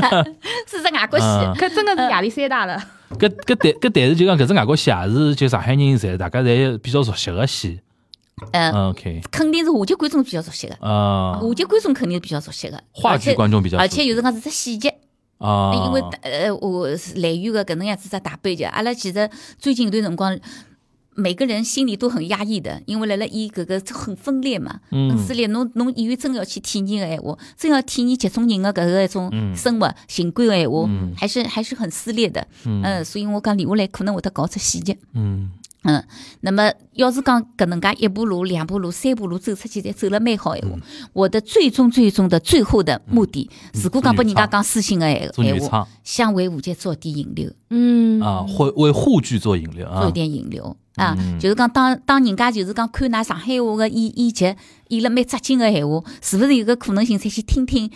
[SPEAKER 1] 是只外国戏。
[SPEAKER 2] 嗯
[SPEAKER 3] 可真的是压力山大了。
[SPEAKER 2] 搿搿但搿但是就讲搿只外国戏也是就上海人侪大家侪比较熟悉个戏。
[SPEAKER 1] 嗯
[SPEAKER 2] o k
[SPEAKER 1] 肯定是话剧观众比较熟悉个，
[SPEAKER 2] 啊，
[SPEAKER 1] 话剧观众肯定是比较熟悉个，
[SPEAKER 2] 话
[SPEAKER 1] 而
[SPEAKER 2] 剧
[SPEAKER 1] 且
[SPEAKER 2] 观众比较熟悉，
[SPEAKER 1] 而且有辰光是只细节。
[SPEAKER 2] 啊，
[SPEAKER 1] 因为呃，我是来源个搿能样子只大背景，阿拉其实最近一段辰光，每个人心里都很压抑的，因为辣辣演搿个很分裂嘛，
[SPEAKER 2] 嗯
[SPEAKER 1] 很撕裂。侬侬演员真要去体验个闲话，真要体验集中营个搿个一种生活情感个闲话，
[SPEAKER 2] 嗯
[SPEAKER 1] 还是还是很撕裂的。嗯、所以我讲留下来可能会得搞出细节。
[SPEAKER 2] 嗯
[SPEAKER 1] 嗯，那么要是讲搿能介一步路、两步路、三步路走出去，侪走了蛮好闲话，我的最终、最终的最后的目的，如果讲拨人家讲私心个闲
[SPEAKER 2] 做
[SPEAKER 1] 闲
[SPEAKER 2] 女
[SPEAKER 1] 话，
[SPEAKER 2] 唱
[SPEAKER 1] 想为舞剧做点引流，
[SPEAKER 3] 嗯
[SPEAKER 2] 啊，会为沪剧做引流
[SPEAKER 1] 做一
[SPEAKER 2] 啊，
[SPEAKER 1] 点引流啊，就是讲当当人家就是讲看㑚上海话个演演剧，演了蛮扎劲个闲话，是勿是有个可能性再去听听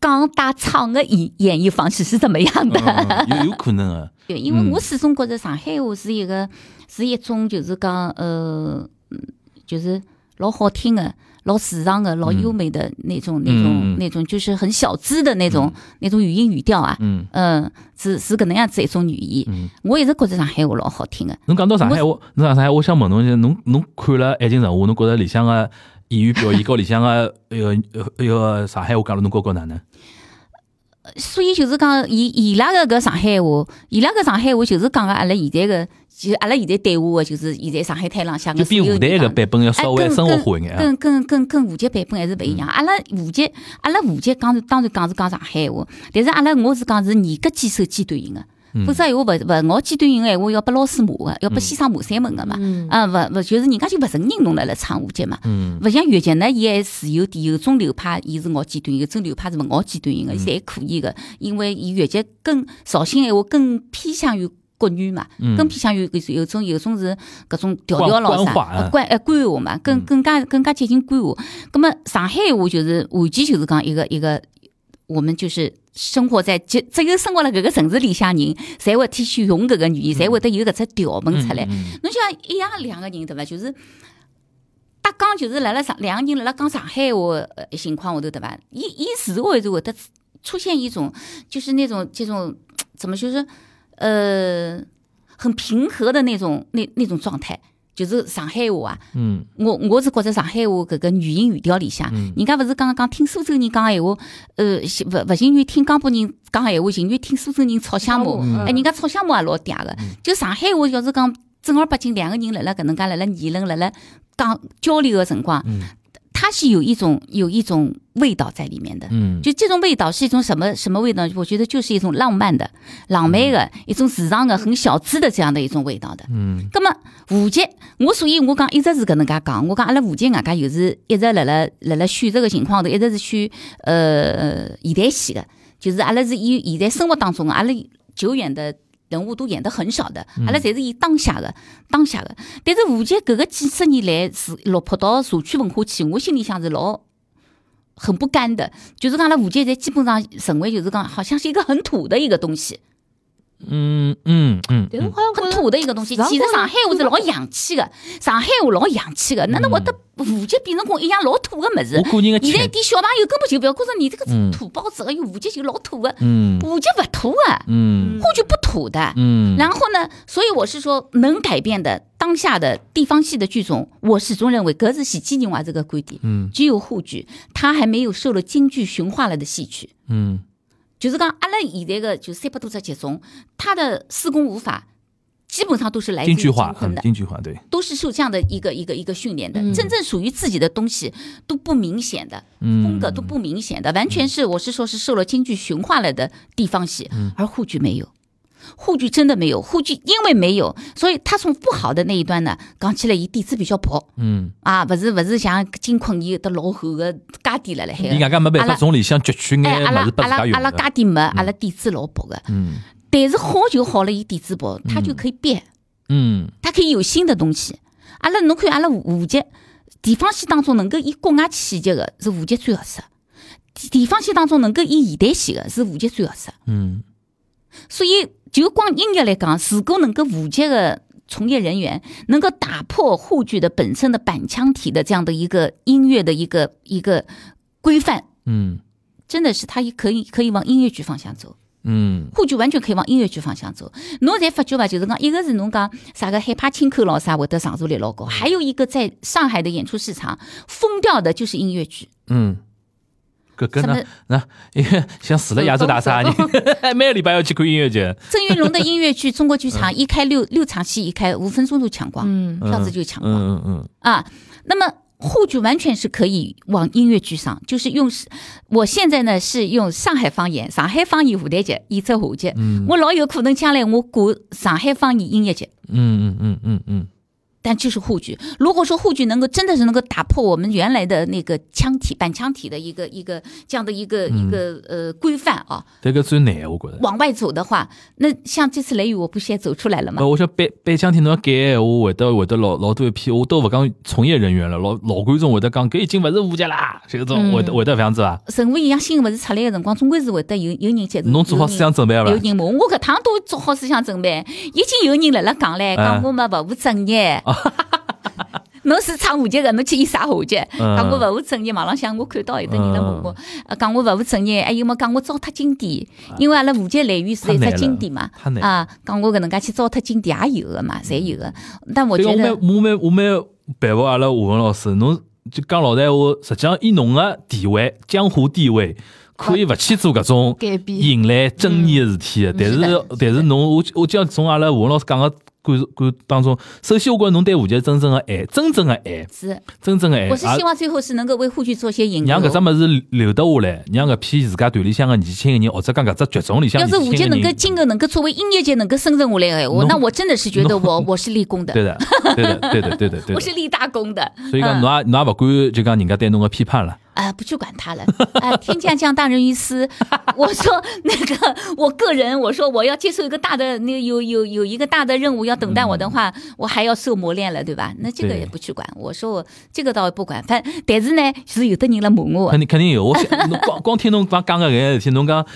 [SPEAKER 1] 讲带唱个演演绎方式是怎么样的？
[SPEAKER 2] 嗯有有可
[SPEAKER 1] <laughs>
[SPEAKER 2] 能啊，
[SPEAKER 1] 对，因为我始终觉着上海话是一个是一种就是讲呃，嗯就是老好听的、老时尚的、老优美的那种、那
[SPEAKER 2] 嗯
[SPEAKER 1] 种、那种，就是很小资的那种、那种语音语调啊。
[SPEAKER 2] 嗯
[SPEAKER 1] 嗯，是是搿能样子一种语言，
[SPEAKER 2] 嗯
[SPEAKER 1] 我一直觉着上海话老好听的。
[SPEAKER 2] 侬讲到上海话，侬讲上海话，我想问侬一下，侬侬看了《爱情神话》，侬觉着里向个演员表现和里向个那个呃那个上海话讲了，侬觉觉
[SPEAKER 1] <laughs>
[SPEAKER 2] 哪能？
[SPEAKER 1] 所以就是讲，伊伊拉个搿上海话，伊拉个上海话就是讲个阿拉现在个，就阿拉现在对话个，就是现在上海滩浪向
[SPEAKER 2] 就
[SPEAKER 1] 个
[SPEAKER 2] 比
[SPEAKER 1] 所有
[SPEAKER 2] 舞台
[SPEAKER 1] 人
[SPEAKER 2] 个
[SPEAKER 1] 讲的
[SPEAKER 2] 版本要稍微
[SPEAKER 1] 哎
[SPEAKER 2] 生活化一眼啊，
[SPEAKER 1] 跟跟跟跟舞剧版本还是勿一样。阿拉舞剧，阿拉舞剧讲是当然讲是讲上海话，但是阿拉我是讲是严格坚守尖端型个，
[SPEAKER 2] 嗯
[SPEAKER 1] 否则闲话勿勿咬尖端型个闲话要拨老师骂个，要拨先生骂三门个嘛。
[SPEAKER 3] 嗯
[SPEAKER 1] 啊，勿勿就是人家就勿承认侬辣辣唱舞剧嘛。
[SPEAKER 2] 嗯
[SPEAKER 1] 勿像越剧呢，伊还是有点有种流派，伊是咬尖端，有种流派是勿咬尖端型个，伊
[SPEAKER 2] 嗯
[SPEAKER 1] 侪可以个。因为伊越剧更绍兴闲话更偏向于国语嘛，
[SPEAKER 2] 嗯
[SPEAKER 1] 更偏向于搿有种有种是搿种调调咯
[SPEAKER 2] 官官
[SPEAKER 1] 啥
[SPEAKER 2] 话啊
[SPEAKER 1] 呃官呃官话嘛，更更加更加接近官话。葛么上海话就是完全就是讲一个一个我们就是生活在就只有生活辣搿个城市里向人，才会天去用搿个语言，才会得有搿只调门出来。
[SPEAKER 2] 嗯嗯
[SPEAKER 1] 侬像一样两个人对伐？就是搭讲，就是辣辣上两个人辣辣讲上海话呃情况下头对伐？伊伊自然而然会得出现一种就是那种这种怎么就是呃很平和的那种那那种状态，就是上海话啊。
[SPEAKER 2] 嗯
[SPEAKER 1] 我我是觉着上海话搿个语音语调里向，人家勿是讲讲听苏州人讲闲话，呃，喜勿勿情愿听江浦人讲闲话，情愿听苏州人吵相骂。
[SPEAKER 3] 嗯
[SPEAKER 1] 哎，人家吵相骂也老嗲个。就上海话，要是讲正儿八经两个人辣辣搿能介辣辣议论、辣辣讲交流个辰光，它是有一种有一种味道在里面的。
[SPEAKER 2] 嗯，
[SPEAKER 1] 就这种味道是一种什么什么味道？我觉得就是一种浪漫的、浪漫的、一种时尚的、很小资的这样的一种味道的。
[SPEAKER 2] 嗯，
[SPEAKER 1] 那么户籍，我所以我讲一直是搿能介讲，我讲阿拉户籍外加又是一直辣辣辣辣选择个情况头，一直是选呃现代戏的，就是阿拉是以现在生活当中的阿拉久远的。人物都演得很少的，
[SPEAKER 2] 嗯
[SPEAKER 1] 阿拉侪是以当下的、当下的。但是户籍搿个几十年来是落魄到社区文化去，我心里向是老很不甘的。就是讲阿拉户籍侪基本上成为就是讲好像是一个很土的一个东西，
[SPEAKER 2] 嗯嗯嗯，
[SPEAKER 3] 但是好像
[SPEAKER 1] 很
[SPEAKER 3] 觉得
[SPEAKER 1] 土的一个东西。
[SPEAKER 3] 上
[SPEAKER 1] 其实
[SPEAKER 3] 海
[SPEAKER 1] 上海话是老洋气的，上海话老洋气
[SPEAKER 2] 嗯
[SPEAKER 1] 的，哪能会得户籍变成跟我一样老土的么子
[SPEAKER 2] 我？个人的
[SPEAKER 1] 现在
[SPEAKER 2] 浅，
[SPEAKER 1] 点小朋友根本就不要觉着你这个
[SPEAKER 2] 嗯
[SPEAKER 1] 土包子，哎呦，户籍就老土的，
[SPEAKER 2] 嗯
[SPEAKER 1] 户籍不土的，
[SPEAKER 2] 嗯
[SPEAKER 1] 沪剧不土的。
[SPEAKER 2] 嗯，
[SPEAKER 1] 然后呢，所以我是说，能改变的当下的地方戏的剧种，我始终认为格子戏基人娃这个观点，
[SPEAKER 2] 嗯
[SPEAKER 1] 只有沪剧，它还没有受了京剧驯化了的戏曲。
[SPEAKER 2] 嗯
[SPEAKER 1] 就是讲阿拉现在个就三百多只集中，它的施工舞法基本上都是来自于
[SPEAKER 2] 京剧化，
[SPEAKER 1] 昆
[SPEAKER 2] 嗯
[SPEAKER 1] 的，
[SPEAKER 2] 京剧化，对，
[SPEAKER 1] 都是受这样的一个一个一个训练的。
[SPEAKER 3] 嗯
[SPEAKER 1] 真正属于自己的东西都不明显的，
[SPEAKER 2] 嗯，
[SPEAKER 1] 风格都不明显的，完全是我是说是受了京剧驯化了的地方戏，
[SPEAKER 2] 嗯
[SPEAKER 1] 而沪剧没有。沪剧真的没有，沪剧因为没有，所以他从不好的那一端呢，讲起来伊底子比较薄
[SPEAKER 2] 嗯，
[SPEAKER 1] 啊，不是不是像金昆伊有得老厚个家底了辣海
[SPEAKER 2] 伊
[SPEAKER 1] 个，
[SPEAKER 2] 外加没办
[SPEAKER 1] 阿
[SPEAKER 2] 法
[SPEAKER 1] 拉
[SPEAKER 2] 从里向攫取
[SPEAKER 1] 哎，
[SPEAKER 2] 眼
[SPEAKER 1] 阿
[SPEAKER 2] 物
[SPEAKER 1] 拉
[SPEAKER 2] 事拨
[SPEAKER 1] 阿
[SPEAKER 2] 自家
[SPEAKER 1] 拉阿
[SPEAKER 2] 用
[SPEAKER 1] 拉
[SPEAKER 2] 的，
[SPEAKER 1] 家底没，阿拉底子老薄个，
[SPEAKER 2] 嗯
[SPEAKER 1] 但是好就好了，伊底子薄，它就可以变，
[SPEAKER 2] 嗯
[SPEAKER 1] 它可以有新的东西。阿拉侬看阿拉户籍地方戏当中能够以国外气节的是户籍最合适，地地方戏当中能够以现代戏的是户籍最合适。
[SPEAKER 2] 嗯
[SPEAKER 1] 所以就光音乐来讲，如果能够户籍的从业人员能够打破沪剧的本身的板腔体的这样的一个音乐的一个一个规范，
[SPEAKER 2] 嗯
[SPEAKER 1] 真的是它也可以可以往音乐剧方向走。
[SPEAKER 2] 嗯
[SPEAKER 1] 沪剧完全可以往音乐剧方向走。侬才发觉伐？就是讲，一个是侬讲啥个海派清口咯啥，会得上座率老
[SPEAKER 2] 嗯
[SPEAKER 1] 高；还有一个在上海的演出市场疯掉的就是音乐剧。
[SPEAKER 2] 嗯，搿个
[SPEAKER 1] 什
[SPEAKER 2] 呢
[SPEAKER 1] 么？
[SPEAKER 2] <laughs> 那因为像死了亚洲大厦，你 <laughs> 每个礼拜要去看音乐节，
[SPEAKER 1] 郑云龙的音乐剧中国剧
[SPEAKER 2] <laughs>
[SPEAKER 1] 场
[SPEAKER 2] 嗯
[SPEAKER 1] 一开六六场戏一开，五分钟就抢光，
[SPEAKER 3] 嗯
[SPEAKER 1] 票子就抢光、
[SPEAKER 2] 嗯嗯
[SPEAKER 1] 啊。那么。沪剧完全是可以往音乐剧上，就是用我现在呢是用上海方言、上海方言舞台剧演出沪剧，
[SPEAKER 2] 嗯
[SPEAKER 1] 我老有可能将来我过上海方言音乐剧。
[SPEAKER 2] 嗯嗯嗯嗯嗯
[SPEAKER 1] 但就是沪剧。如果说沪剧能够真的是能够打破我们原来的那个腔体、板腔体的一个一个这样的一个、
[SPEAKER 2] 嗯
[SPEAKER 1] 一个呃规范啊，
[SPEAKER 2] 嗯，迭个最难，我觉着。
[SPEAKER 1] 往外走的话，那像这次《雷雨》，我不是也走出来了吗
[SPEAKER 2] 不，？我想背背腔体侬要改闲话，会得会得老老多一批，我都勿讲从业人员了，老老观众会得讲，搿已经勿是误解啦，就
[SPEAKER 1] 嗯
[SPEAKER 2] 种会得会得搿样子伐？
[SPEAKER 1] 任何一样新物事出来的辰光，总归是会得有有人接受。
[SPEAKER 2] 侬做好
[SPEAKER 1] 有人
[SPEAKER 2] 思想准备了
[SPEAKER 1] 有
[SPEAKER 2] 伐？
[SPEAKER 1] 人骂我搿趟都做好思想准备，已经有人辣辣讲唻，
[SPEAKER 2] 嗯
[SPEAKER 1] 讲我们勿务正
[SPEAKER 2] <laughs>
[SPEAKER 1] 业。侬是唱舞剧个，侬去演啥舞剧？
[SPEAKER 2] 嗯
[SPEAKER 1] 讲我勿务正业，网浪向我看到有的人辣骂我，呃讲我勿务正业，还有么讲我糟蹋经典，因为阿拉舞剧来源是一
[SPEAKER 2] 啊
[SPEAKER 1] 只
[SPEAKER 2] 太难了
[SPEAKER 1] 经典嘛
[SPEAKER 2] 太难，了
[SPEAKER 1] 啊，讲我搿能介去糟蹋经典也有个嘛，侪有个。但我
[SPEAKER 2] 对个，
[SPEAKER 1] 觉
[SPEAKER 2] 我
[SPEAKER 1] 得，
[SPEAKER 2] 蛮我蛮我蛮佩服阿拉吴文老师，侬就讲老实闲话，实际上以侬个地位、江湖地位，可以勿去做搿种
[SPEAKER 3] 改变
[SPEAKER 2] 引来争议个事体的。但
[SPEAKER 1] 嗯是
[SPEAKER 2] 是
[SPEAKER 1] 的
[SPEAKER 2] 但是侬，我我就要从阿拉吴文老师讲个观观当中，首先我觉着侬对吴杰真正个爱，真正个爱，
[SPEAKER 1] 是，
[SPEAKER 2] 真正个爱，
[SPEAKER 1] 我是
[SPEAKER 2] 啊
[SPEAKER 1] 希望最后是能够为沪剧做些引
[SPEAKER 2] 让搿只
[SPEAKER 1] 流。
[SPEAKER 2] 物事留得下来，让搿批自家团里向个年轻个人，或者哦讲搿只剧种里向
[SPEAKER 1] 要是
[SPEAKER 2] 年
[SPEAKER 1] 舞
[SPEAKER 2] 轻
[SPEAKER 1] 剧
[SPEAKER 2] 个
[SPEAKER 1] 能够
[SPEAKER 2] 人，
[SPEAKER 1] 今后能够作为音乐界能够生存下来的闲话，
[SPEAKER 2] 侬
[SPEAKER 1] 那我真的是觉得
[SPEAKER 2] <laughs>
[SPEAKER 1] 我我是立功
[SPEAKER 2] 对
[SPEAKER 1] 的， <laughs>
[SPEAKER 2] 的，对的，对的，对的，对
[SPEAKER 1] 我
[SPEAKER 2] 的
[SPEAKER 1] 是。立大功的。
[SPEAKER 2] 所以讲，
[SPEAKER 1] 嗯
[SPEAKER 2] 侬也侬也勿管就讲人家对侬个批判了，
[SPEAKER 1] 啊、不去管他了， <laughs> 啊、天将降大任于斯。我说那个， <laughs> 我个人，我说我要接受一个大的，那个有有有一个大的任务要等待我的话，我还要受磨练了，对吧？那这个
[SPEAKER 2] 嗯对
[SPEAKER 1] 也不去管，我说我这个倒不管，反但是呢，是有的人来骂我
[SPEAKER 2] 肯，定肯定有。我想侬光光听侬讲讲个搿眼事体，侬讲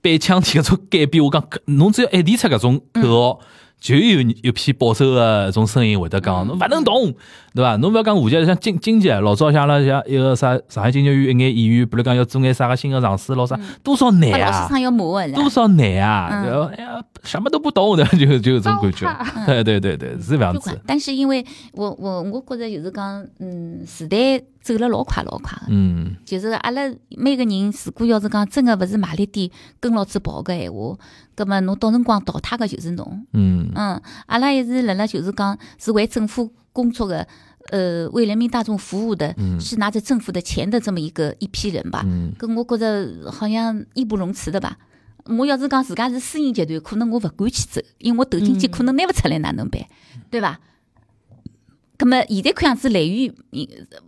[SPEAKER 2] 背腔体搿种改变，我讲搿侬只要一提出搿种
[SPEAKER 1] 嗯
[SPEAKER 2] 口号，就有人有批保守个搿种声音会得
[SPEAKER 1] 嗯
[SPEAKER 2] 讲侬勿能动，对伐？侬勿要讲下届像经经济，老早像阿拉像一个啥上海经济院一眼议员，比如讲要做眼啥个新个尝试，老啥多少难
[SPEAKER 1] 把嗯老
[SPEAKER 2] 啊
[SPEAKER 1] 师！上要骂我，是吧
[SPEAKER 2] 多少难啊！
[SPEAKER 1] 嗯
[SPEAKER 2] 然后哎呀，什么都不懂的， <laughs> 就就有这种感觉。对对对对，是这样
[SPEAKER 1] 嗯不
[SPEAKER 2] 子
[SPEAKER 1] 管。。但是因为我我我觉着就是讲，嗯，时代走了老快老快的。
[SPEAKER 2] 嗯，
[SPEAKER 1] 就是阿拉每个人，如果要是讲真个勿是卖力点跟牢子跑个闲话，葛末侬到辰光淘汰个就是侬。
[SPEAKER 2] 嗯
[SPEAKER 1] 嗯，阿拉一直辣辣就是讲是为政府工作的，呃，为人民大众服务的，是拿着政府的钱的这么一个一批人吧。
[SPEAKER 2] 嗯
[SPEAKER 1] 跟我觉着好像义不容辞的吧。我要是讲自家是私营集团，可能我勿敢去走，因为我投进去可能拿勿出来，哪能办？对伐？葛么现在看样子蓝宇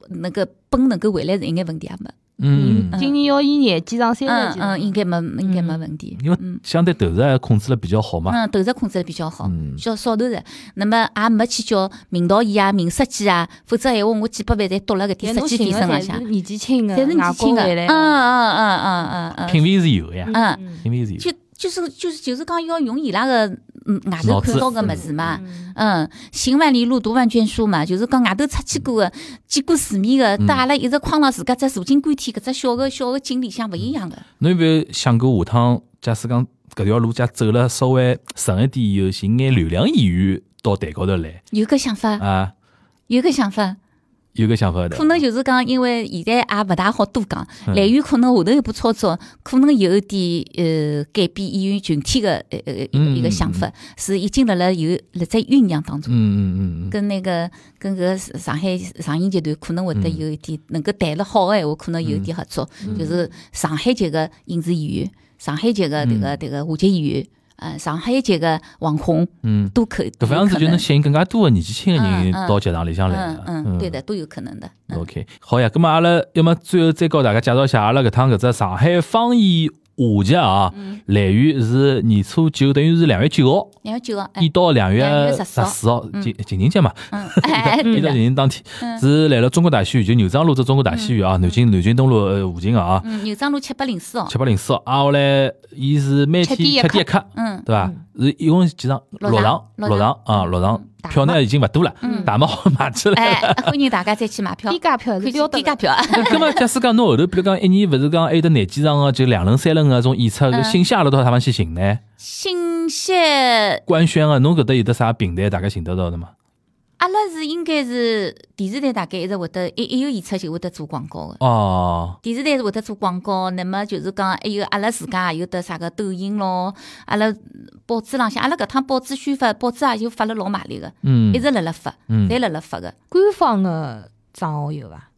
[SPEAKER 1] 那个本能够回来是应该问题也没，
[SPEAKER 2] 嗯，
[SPEAKER 3] 今年要一年记账三
[SPEAKER 1] 嗯
[SPEAKER 3] 年级了
[SPEAKER 1] 嗯，应该没应该没问题。
[SPEAKER 2] 因为相对投入还控制了比较好嘛。
[SPEAKER 1] 嗯，投入控制得比较好
[SPEAKER 2] 嗯，
[SPEAKER 1] 较少投入。那么也没去叫名导演啊、名设计啊，否则闲话我几百啊万侪丢辣搿
[SPEAKER 3] 但
[SPEAKER 1] 点设
[SPEAKER 3] 哎侬
[SPEAKER 1] 计
[SPEAKER 3] 寻
[SPEAKER 1] 底
[SPEAKER 3] 个
[SPEAKER 1] 身浪
[SPEAKER 3] 侪
[SPEAKER 1] 向
[SPEAKER 3] 是，年纪轻的，
[SPEAKER 1] 侪是年纪轻
[SPEAKER 3] 外
[SPEAKER 1] 个。
[SPEAKER 3] 国回
[SPEAKER 1] 嗯
[SPEAKER 3] 来
[SPEAKER 1] 嗯嗯嗯嗯嗯。
[SPEAKER 2] 品味是有的呀，
[SPEAKER 1] 嗯
[SPEAKER 2] 品味是有的。
[SPEAKER 1] 就就是就是就是讲要用伊拉个嗯外头
[SPEAKER 2] 脑子
[SPEAKER 1] 看到个物事
[SPEAKER 2] 啊
[SPEAKER 1] 嘛，嗯，行万里路，读万卷书嘛，就是讲外头出去过个、见过世面个，带阿拉一直框牢自家只如今观天搿只小个小个井里向勿一样个。
[SPEAKER 2] 侬有没有想过下趟，假使讲搿条路假走了稍微顺一点以后，寻眼流量演员到台高头来
[SPEAKER 1] 有个想法，
[SPEAKER 2] 啊？
[SPEAKER 1] 有个想法，
[SPEAKER 2] 有个想法
[SPEAKER 1] 嗯
[SPEAKER 2] 的
[SPEAKER 1] 可。能就是讲，因为现在也勿大好多讲，
[SPEAKER 2] 嗯
[SPEAKER 1] 来源可能下头一步操作，可能有一点呃改变演员群体个呃呃呃
[SPEAKER 2] 嗯
[SPEAKER 1] 一个想法，是已经辣辣有辣在酝酿当中。
[SPEAKER 2] 嗯嗯嗯嗯，
[SPEAKER 1] 跟那个跟个上海上影集团可能会得
[SPEAKER 2] 嗯
[SPEAKER 1] 有一点能够谈了好个闲话，可能有一点合作，就是上海籍个影视演员，上海籍个迭个迭个话剧演员，呃，上海籍个网红，
[SPEAKER 2] 嗯，
[SPEAKER 1] 都可
[SPEAKER 2] 搿副样子就能
[SPEAKER 1] 能，
[SPEAKER 2] 吸引更加多的年纪轻的人
[SPEAKER 1] 嗯嗯
[SPEAKER 2] 到剧场里向来啊
[SPEAKER 1] 嗯
[SPEAKER 2] 了。
[SPEAKER 1] 嗯，对的，都有可能的。嗯
[SPEAKER 2] OK，好呀，咁啊么阿拉要么最后再告大家介绍一下阿拉搿趟搿只上海方言话剧啊，来源是年初九，等于是两月九号，
[SPEAKER 1] 两月九号，
[SPEAKER 2] <laughs>
[SPEAKER 1] 哎
[SPEAKER 2] 一，到两
[SPEAKER 1] 2
[SPEAKER 2] 月
[SPEAKER 1] 月14
[SPEAKER 2] 四号，情情人节嘛，
[SPEAKER 1] 嗯，哎，对
[SPEAKER 2] 一到
[SPEAKER 1] 的
[SPEAKER 2] 情，人当天是来了中国大戏院，就牛庄路这中国大戏院啊，南京南京东路呃附近个啊，
[SPEAKER 1] 嗯，牛庄路七八零四哦，
[SPEAKER 2] 七八零四号，啊后来伊是每天
[SPEAKER 3] 七点
[SPEAKER 2] 七
[SPEAKER 3] 一
[SPEAKER 2] 点一刻，
[SPEAKER 1] 嗯
[SPEAKER 2] 对伐？是一共是几场？
[SPEAKER 1] 六
[SPEAKER 2] 六场
[SPEAKER 1] 场，
[SPEAKER 2] 六
[SPEAKER 1] 六
[SPEAKER 2] 场啊，六场
[SPEAKER 3] 打
[SPEAKER 2] 票呢已经勿多了，
[SPEAKER 3] 嗯
[SPEAKER 2] 大麦嗯好 <laughs> 买起来。
[SPEAKER 1] 哎，欢迎大家再去买票
[SPEAKER 3] 低，价票
[SPEAKER 1] 可
[SPEAKER 3] 是
[SPEAKER 1] 以
[SPEAKER 3] 标
[SPEAKER 1] 去
[SPEAKER 3] 的
[SPEAKER 1] 低价票，
[SPEAKER 2] <laughs> 咁么，假使讲侬后头，比如讲一年，勿是讲还有得廿几场个，就两轮、三轮个啊种演出，
[SPEAKER 1] 嗯
[SPEAKER 2] 搿信息阿拉到啥方去寻呢？
[SPEAKER 1] 信息
[SPEAKER 2] 官宣个，侬搿搭有得啥平台，大概寻得到的嘛？
[SPEAKER 1] 阿拉是应该是电视台大概一直会得一一有演出就会得做广告的。
[SPEAKER 2] 哦，
[SPEAKER 1] 电视台是会得做广告，那么就是讲还有阿拉自家也有得啥个抖音咯，阿拉报纸浪向，阿拉搿趟报纸宣发，报纸也就发了老卖力个，
[SPEAKER 2] 嗯
[SPEAKER 1] 一直辣辣发，
[SPEAKER 2] 嗯
[SPEAKER 1] 侪辣辣发个。
[SPEAKER 3] 官方的账号有伐？